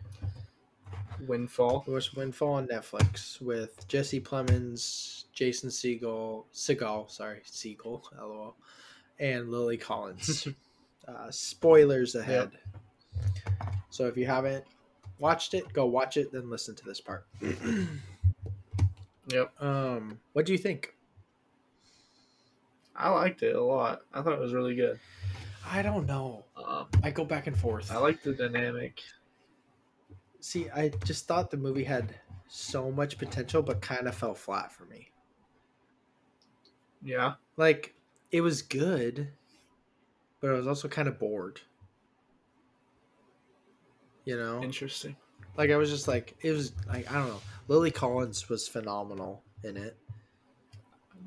Speaker 3: Windfall.
Speaker 2: We watched Windfall on Netflix with Jesse Plemons, Jason Segel, Segal, sorry, Segel, lol, and Lily Collins. uh, spoilers ahead. So if you haven't watched it, go watch it, then listen to this part.
Speaker 3: Yep,
Speaker 2: Um, what do you think?
Speaker 3: I liked it a lot. I thought it was really good.
Speaker 2: I don't know.
Speaker 3: Um,
Speaker 2: I go back and forth.
Speaker 3: I like the dynamic.
Speaker 2: See, I just thought the movie had so much potential, but kind of fell flat for me.
Speaker 3: Yeah,
Speaker 2: Like, it was good, but I was also kind of bored. You know?
Speaker 3: interesting.
Speaker 2: Like I was just like it was like I don't know. Lily Collins was phenomenal in it.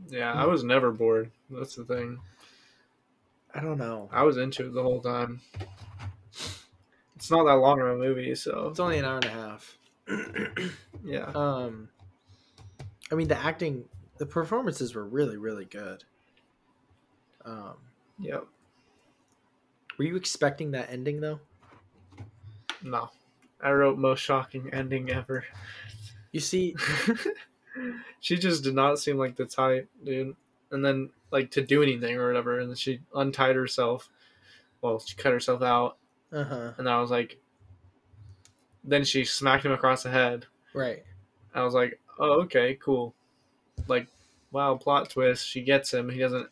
Speaker 3: Yeah, I was never bored. That's the thing.
Speaker 2: I don't know.
Speaker 3: I was into it the whole time. It's not that long of a movie, so
Speaker 2: It's only an hour and a half.
Speaker 3: yeah.
Speaker 2: Um I mean the acting the performances were really, really good. Um
Speaker 3: Yep.
Speaker 2: were you expecting that ending though?
Speaker 3: No. I wrote most shocking ending ever.
Speaker 2: You see
Speaker 3: she just did not seem like the type, dude. And then like to do anything or whatever, and then she untied herself. Well, she cut herself out,
Speaker 2: uh huh.
Speaker 3: and I was like, then she smacked him across the head.
Speaker 2: Right.
Speaker 3: I was like, oh okay, cool. Like, wow, plot twist. She gets him. He doesn't.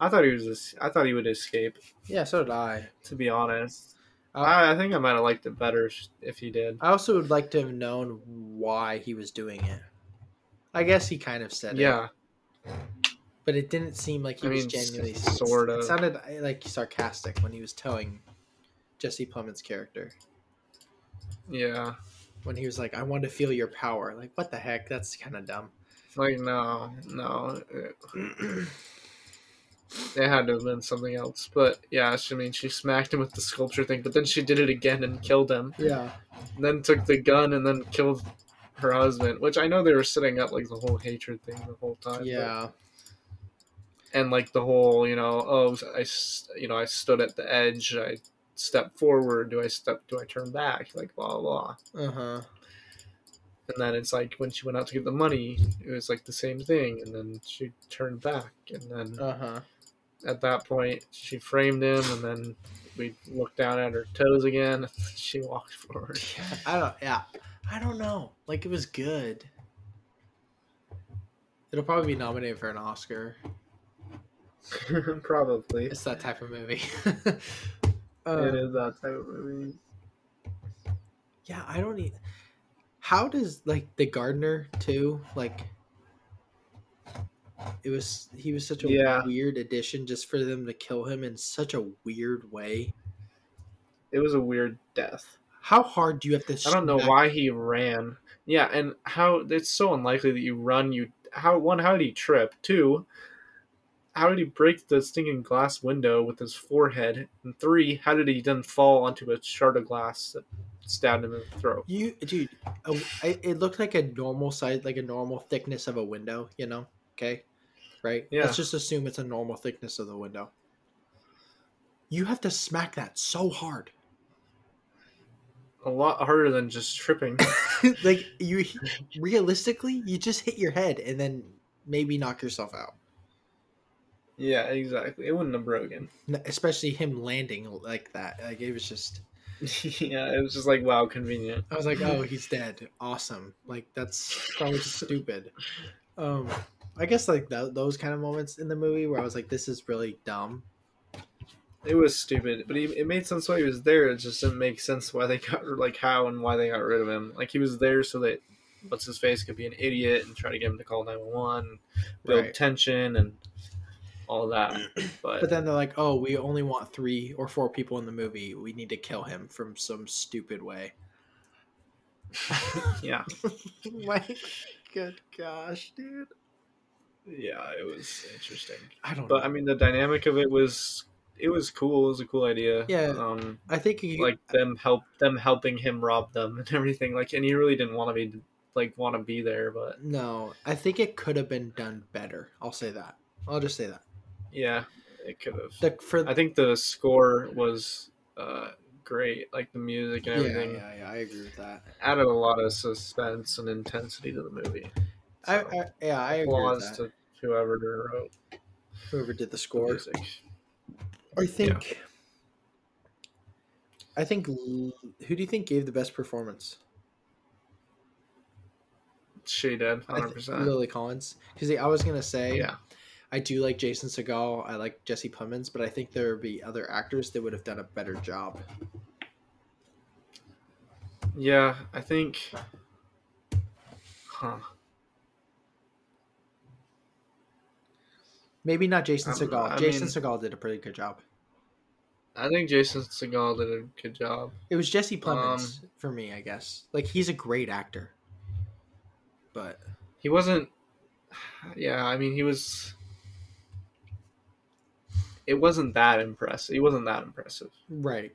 Speaker 3: I thought he was. es- I thought he would escape.
Speaker 2: Yeah, so did I.
Speaker 3: To be honest,
Speaker 2: I
Speaker 3: I, I think I might have liked it better if- if he did.
Speaker 2: I also would like to have known why he was doing it. I guess he kind of said it.
Speaker 3: Yeah,
Speaker 2: but it didn't seem like he
Speaker 3: I
Speaker 2: was
Speaker 3: mean,
Speaker 2: genuinely
Speaker 3: s- sort of.
Speaker 2: It sounded uh, like sarcastic when he was telling Jesse Plemons' character
Speaker 3: yeah.
Speaker 2: when he was like, "I want to feel your power." Like, what the heck? That's kind of dumb.
Speaker 3: Like no, no. It, it had to have been something else. But yeah, she, I mean, she smacked him with the sculpture thing, but then she did it again and killed him.
Speaker 2: Yeah,
Speaker 3: And then took the gun and then killed her husband, which I know they were setting up like the whole hatred thing the whole time. but-
Speaker 2: yeah,
Speaker 3: and like the whole, you know, oh, I, s- you know, I stood at the edge. I step forward. Do I step? Do I turn back? Like blah blah.
Speaker 2: uh huh.
Speaker 3: And then it's like when she went out to get the money, it was like the same thing. And then she turned back, and then
Speaker 2: Uh huh.
Speaker 3: at that point she framed him and then we looked down at her toes again and she walked forward
Speaker 2: I don't. Yeah, I don't know. Like, it was good. It'll probably be nominated for an Oscar.
Speaker 3: probably
Speaker 2: It's that type of movie.
Speaker 3: it
Speaker 2: Uh,
Speaker 3: is that type of movie
Speaker 2: yeah, I don't. e- how does like the gardener too like it was he was such a
Speaker 3: Yeah.
Speaker 2: weird addition just for them to kill him in such a weird way
Speaker 3: It was a weird death.
Speaker 2: how hard do you have to
Speaker 3: I don't know
Speaker 2: smack-
Speaker 3: why he ran. Yeah, and how it's so unlikely that you run. You how one? How did he trip? Two. How did he break the stinking glass window with his forehead? And three, how did he then fall onto a shard of glass that stabbed him in the throat?
Speaker 2: you dude a- I- it looked like a normal size like a normal thickness of a window you know okay right
Speaker 3: Yeah.
Speaker 2: let's just assume it's a normal thickness of the window you have to smack that so hard
Speaker 3: A lot harder than just tripping.
Speaker 2: like you realistically you just hit your head and then maybe knock yourself out
Speaker 3: yeah, exactly. It wouldn't have broken.
Speaker 2: N- especially him landing like that like it was just
Speaker 3: yeah, it was just like wow, convenient.
Speaker 2: i was like oh he's dead awesome like that's probably stupid um i guess like tho- those kind of moments in the movie where i was like this is really dumb
Speaker 3: It was stupid, but he, it made sense why he was there. It just didn't make sense why they got like how and why they got rid of him. Like he was there so that what's his face could be an idiot and try to get him to call nine one one, build
Speaker 2: Right.
Speaker 3: tension and all that. But,
Speaker 2: but then they're like oh we only want three or four people in the movie we need to kill him from some stupid way
Speaker 3: yeah,
Speaker 2: my good gosh dude
Speaker 3: yeah, it was interesting.
Speaker 2: i don't know
Speaker 3: But I mean, the dynamic of it was it was cool. It was a cool idea.
Speaker 2: Yeah.
Speaker 3: Um,
Speaker 2: i think you,
Speaker 3: like them help them helping him rob them and everything. Like, and he really didn't want to be like want to be there, but
Speaker 2: No, I think it could have been done better. I'll say that. I'll just say that.
Speaker 3: yeah, it could have.
Speaker 2: Like for
Speaker 3: I think the score was uh, great, like the music and
Speaker 2: yeah,
Speaker 3: everything
Speaker 2: yeah, yeah, I agree with that.
Speaker 3: added a lot of suspense and intensity to the movie.
Speaker 2: I,
Speaker 3: So,
Speaker 2: I yeah, I agree
Speaker 3: applause
Speaker 2: with that.
Speaker 3: to whoever wrote
Speaker 2: Whoever did the
Speaker 3: the
Speaker 2: score,
Speaker 3: music.
Speaker 2: I think. I think. L- Who do you think gave the best performance?
Speaker 3: She did,
Speaker 2: I
Speaker 3: hundred
Speaker 2: thi-
Speaker 3: percent.
Speaker 2: Lily Collins. Because I was gonna say,
Speaker 3: Yeah,
Speaker 2: I do like Jason Segal. I like Jesse Plemons, but I think there would be other actors that would have done a better job.
Speaker 3: yeah. I think. Huh.
Speaker 2: Maybe not Jason
Speaker 3: I don't know.
Speaker 2: Segal.
Speaker 3: Um, I
Speaker 2: Jason
Speaker 3: mean-
Speaker 2: Segal did a pretty good job.
Speaker 3: I think Jason Segel did a good job.
Speaker 2: It was
Speaker 3: Um,
Speaker 2: Jesse Plemons for me, I guess. Like he's a great actor, but
Speaker 3: He wasn't. Yeah, I mean, he was. It wasn't that impressive. He wasn't that impressive.
Speaker 2: right,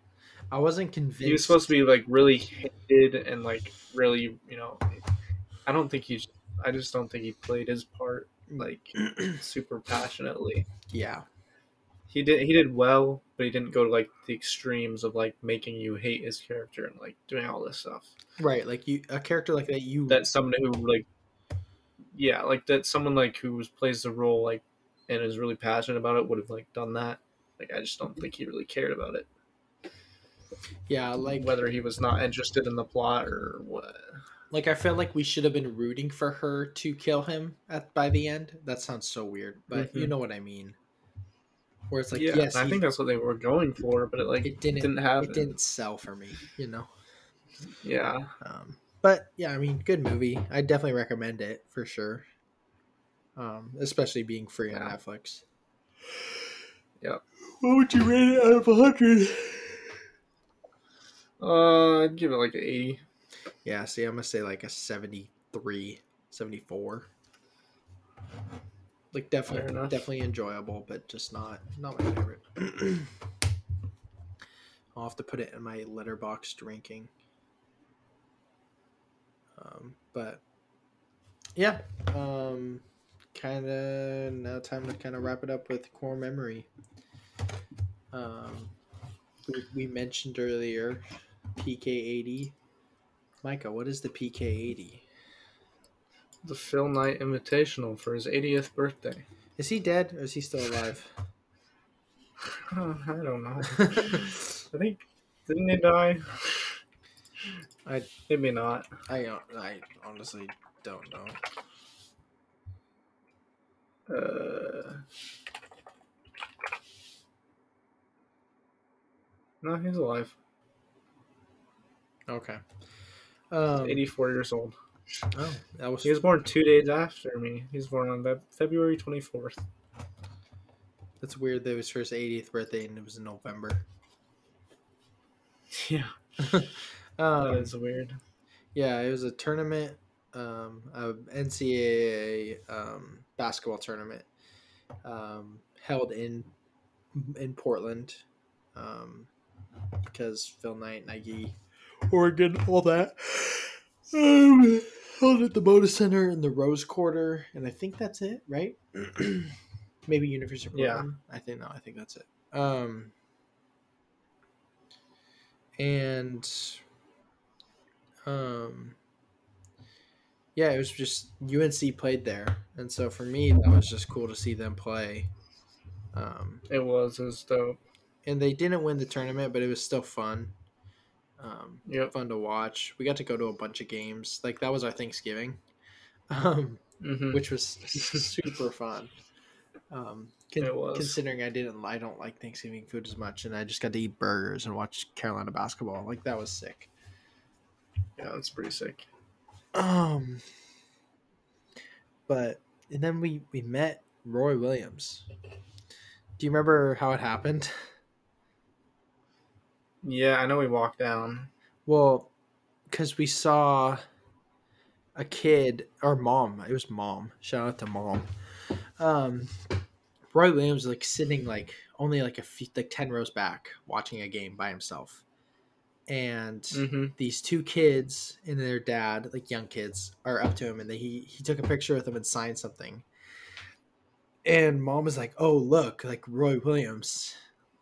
Speaker 2: I wasn't convinced.
Speaker 3: he was supposed to be like really hated and like really you know i don't think he's i just don't think he played his part like super passionately
Speaker 2: yeah,
Speaker 3: he did he did well but he didn't go to like the extremes of like making you hate his character and like doing all this stuff
Speaker 2: right. Like you, a character like that, you
Speaker 3: that someone who like yeah like that someone like who was, plays the role like and is really passionate about it would have like done that like i just don't think he really cared about it
Speaker 2: yeah, like
Speaker 3: whether he was not interested in the plot or what
Speaker 2: like I felt like we should have been rooting for her to kill him at by the end. That sounds so weird, but you
Speaker 3: Mhm.
Speaker 2: know what I mean. Where it's like,
Speaker 3: yeah,
Speaker 2: yes,
Speaker 3: and I
Speaker 2: he-
Speaker 3: think that's what they were going for, but it like
Speaker 2: it didn't,
Speaker 3: didn't have
Speaker 2: it didn't sell for me, you know.
Speaker 3: Yeah,
Speaker 2: Um, but yeah, I mean, good movie. I definitely recommend it for sure. Um, especially being free on
Speaker 3: Yeah.
Speaker 2: Netflix.
Speaker 3: Yep.
Speaker 2: What would you rate it out of hundred?
Speaker 3: uh, I'd give it like an eighty.
Speaker 2: Yeah, see, I'm gonna say like a 73, 74. Like definitely,
Speaker 3: enough.
Speaker 2: definitely enjoyable, but just not not my favorite. I'll have to put it in my letterboxed ranking. Um, but yeah, um, kind of now time to kind of wrap it up with core memory. Um, we, we mentioned earlier PK80. Micah, what is the PK80?
Speaker 3: The Phil Knight Invitational for his 80th birthday.
Speaker 2: Is he dead or is he still alive?
Speaker 3: Uh, I don't know. I think didn't he die? I maybe not.
Speaker 2: I don't, I honestly don't know.
Speaker 3: Uh, no, he's alive.
Speaker 2: Okay. Um,
Speaker 3: 84 years old.
Speaker 2: oh, that was
Speaker 3: He was born two days after me. He was born on Feb- February 24th.
Speaker 2: that's weird. That it was for his 80th birthday and it was in November.
Speaker 3: Yeah, that
Speaker 2: Um,
Speaker 3: is weird.
Speaker 2: yeah, it was a tournament, um, a NCAA um, basketball tournament um, held in in Portland um, because Phil Knight, Nike, Oregon, all that um, held at the Moda Center in the Rose Quarter, and I think that's it, right? Maybe University of
Speaker 3: Yeah.
Speaker 2: Portland. I think no, I think that's it. Um, and um, yeah, it was just UNC played there, and so for me that was just cool to see them play. Um,
Speaker 3: It was. It was dope.
Speaker 2: and they didn't win the tournament, but it was still fun. Um,
Speaker 3: Yep.
Speaker 2: fun to watch. We got to go to a bunch of games. Like that was our Thanksgiving, um,
Speaker 3: hmm
Speaker 2: which was super fun. Um, con-
Speaker 3: It was.
Speaker 2: considering I didn't, I don't like Thanksgiving food as much, and I just got to eat burgers and watch Carolina basketball. Like that was sick.
Speaker 3: yeah, that's pretty sick.
Speaker 2: Um, but and then we we met Roy Williams. Do you remember how it happened?
Speaker 3: Yeah, I know we walked down.
Speaker 2: Well, because we saw a kid or mom. It was mom. Shout out to mom. Um, Roy Williams was, like sitting like only like a few, like ten rows back, watching a game by himself, and.
Speaker 3: Mm-hmm.
Speaker 2: these two kids and their dad, like young kids, are up to him, and they, he he took a picture with them and signed something. And mom was like, "Oh, look, like Roy Williams,"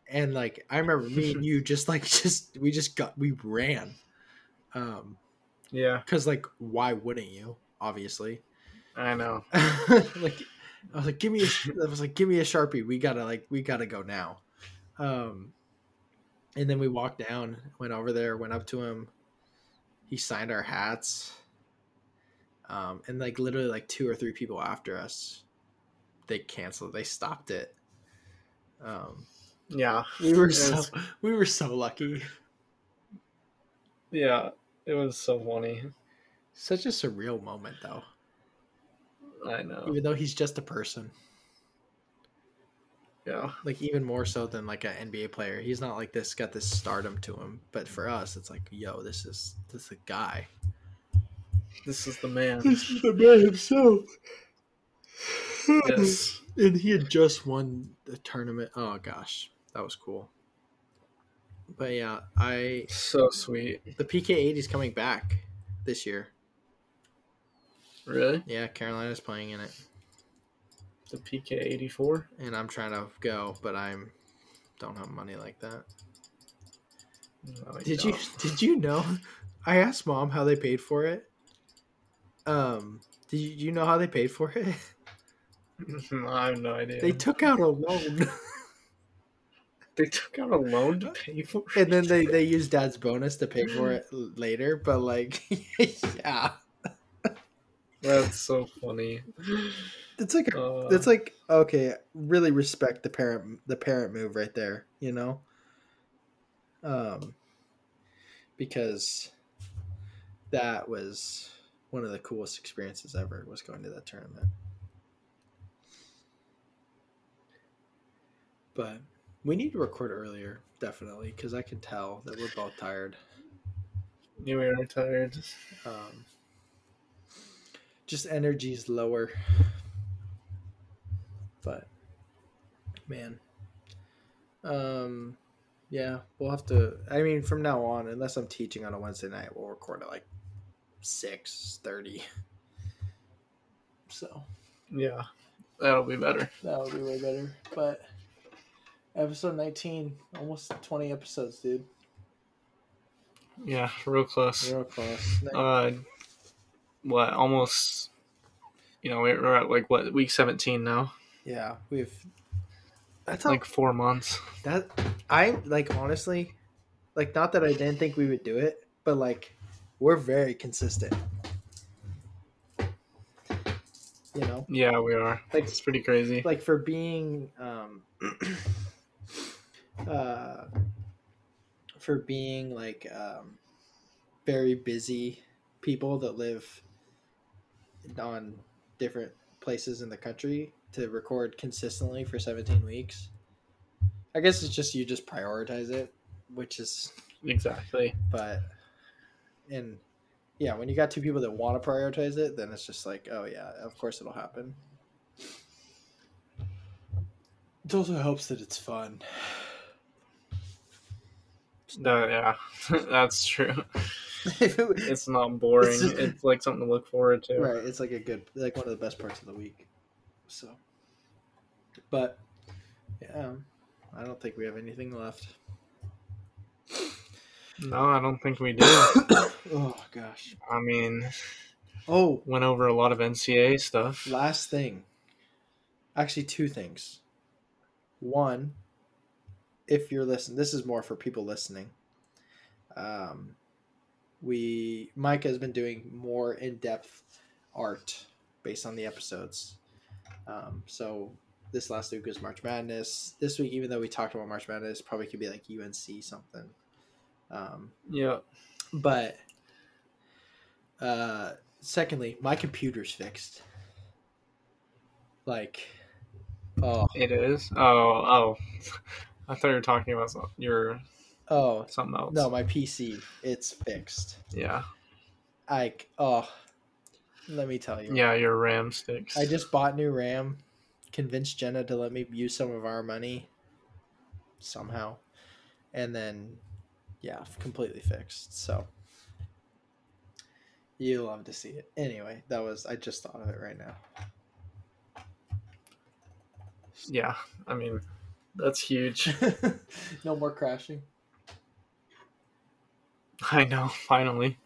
Speaker 2: and like I remember me and you just like just we just got we ran, um,
Speaker 3: Yeah,
Speaker 2: cause like why wouldn't you? Obviously,
Speaker 3: I know.
Speaker 2: like I was like, give me a, I was like, give me a sharpie. We gotta like, we gotta go now. Um, and then we walked down, went over there, went up to him. He signed our hats. Um, and like literally like two or three people after us, they canceled. They stopped it. Um,
Speaker 3: Yeah,
Speaker 2: we were
Speaker 3: It
Speaker 2: so
Speaker 3: was-
Speaker 2: we were so lucky.
Speaker 3: yeah, it was so funny.
Speaker 2: Such a surreal moment, though.
Speaker 3: I know.
Speaker 2: Even though he's just a person,
Speaker 3: Yeah,
Speaker 2: like even more so than like an NBA player. He's not like this got this stardom to him, but for us, it's like, yo, this is this is a guy.
Speaker 3: this is the man.
Speaker 2: is the man himself.
Speaker 3: Yes.
Speaker 2: And he had just won the tournament. Oh gosh, that was cool. But yeah, I
Speaker 3: So sweet.
Speaker 2: the PK eighty is coming back this year.
Speaker 3: Really?
Speaker 2: Yeah, Carolina's playing in it,
Speaker 3: The PK eighty four?
Speaker 2: and I'm trying to go, but I'm don't have money like that. Did you did you know? I asked mom how they paid for it. Um, did you, you know how they paid for it?
Speaker 3: you? I have no idea.
Speaker 2: They took out a loan,
Speaker 3: they took out a loan to pay for it.
Speaker 2: and then they they used dad's bonus to pay for it l- later. But like, yeah,
Speaker 3: That's so funny.
Speaker 2: it's like a,
Speaker 3: Uh,
Speaker 2: it's like okay, really respect the parent the parent move right there. You know, um, because that was one of the coolest experiences ever was going to that tournament. But we need to record earlier, definitely, because I can tell that we're both tired.
Speaker 3: you were tired.
Speaker 2: Um, just energy's lower. But man, um, yeah, we'll have to. I mean, from now on, unless I'm teaching on a Wednesday night, we'll record at like six thirty. So
Speaker 3: Yeah, that'll be better.
Speaker 2: that would be way better. But episode nineteen, almost twenty episodes, dude.
Speaker 3: Yeah, real close.
Speaker 2: Real close. Ni-
Speaker 3: Uh, what? Almost. You know, we're at like what week seventeen now.
Speaker 2: yeah, we've. That's how
Speaker 3: Like four months.
Speaker 2: That I like honestly, like not that I didn't think we would do it, but like we're very consistent. You know,
Speaker 3: Yeah, we are.
Speaker 2: Like-
Speaker 3: it's pretty crazy.
Speaker 2: like for being um uh for being like um very busy people that live on different places in the country to record consistently for 17 weeks. I guess it's just you just prioritize it, which is
Speaker 3: Exactly.
Speaker 2: but and yeah, when you got two people that want to prioritize it, then it's just like, oh yeah, of course it'll happen. It also helps that it's fun.
Speaker 3: No, yeah, that's true.
Speaker 2: if it,
Speaker 3: It's not boring.
Speaker 2: It's
Speaker 3: It's,
Speaker 2: just-
Speaker 3: like something to look forward to.
Speaker 2: Right, it's like a good, like one of the best parts of the week. So, but yeah, um, I don't think we have anything left.
Speaker 3: No, I don't think we do.
Speaker 2: Oh gosh.
Speaker 3: I mean,
Speaker 2: Oh,
Speaker 3: went over a lot of NCAA stuff.
Speaker 2: last thing. Actually, two things. One, if you're listening, this is more for people listening. Um, we Mike has been doing more in depth art based on the episodes. Um, so this last week was March Madness. This week, even though we talked about March Madness, probably could be like UNC something. Um,
Speaker 3: Yeah.
Speaker 2: but uh secondly, my computer's fixed. Like oh
Speaker 3: It is. Oh, oh. I thought you were talking about some, your
Speaker 2: oh
Speaker 3: something else.
Speaker 2: no, my PC, it's fixed.
Speaker 3: Yeah.
Speaker 2: I c- oh let me tell you.
Speaker 3: Yeah, your RAM sticks.
Speaker 2: I just bought new RAM, convinced Jenna to let me use some of our money somehow. And then yeah, completely fixed. So you love to see it. Anyway, that was I just thought of it right now.
Speaker 3: Yeah. I mean, that's huge.
Speaker 2: no more crashing.
Speaker 3: I know. Finally.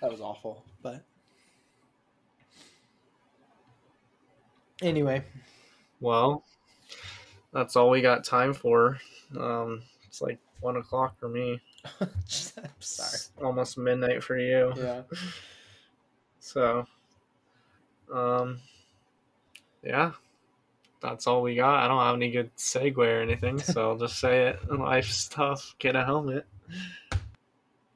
Speaker 2: That was awful. But anyway,
Speaker 3: Well, that's all we got time for. Um, it's like one o'clock for me.
Speaker 2: I'm sorry.
Speaker 3: It's almost midnight for you.
Speaker 2: Yeah.
Speaker 3: So, um, yeah, that's all we got. I don't have any good segue or anything, so I'll just say it. Life's tough. Get a helmet.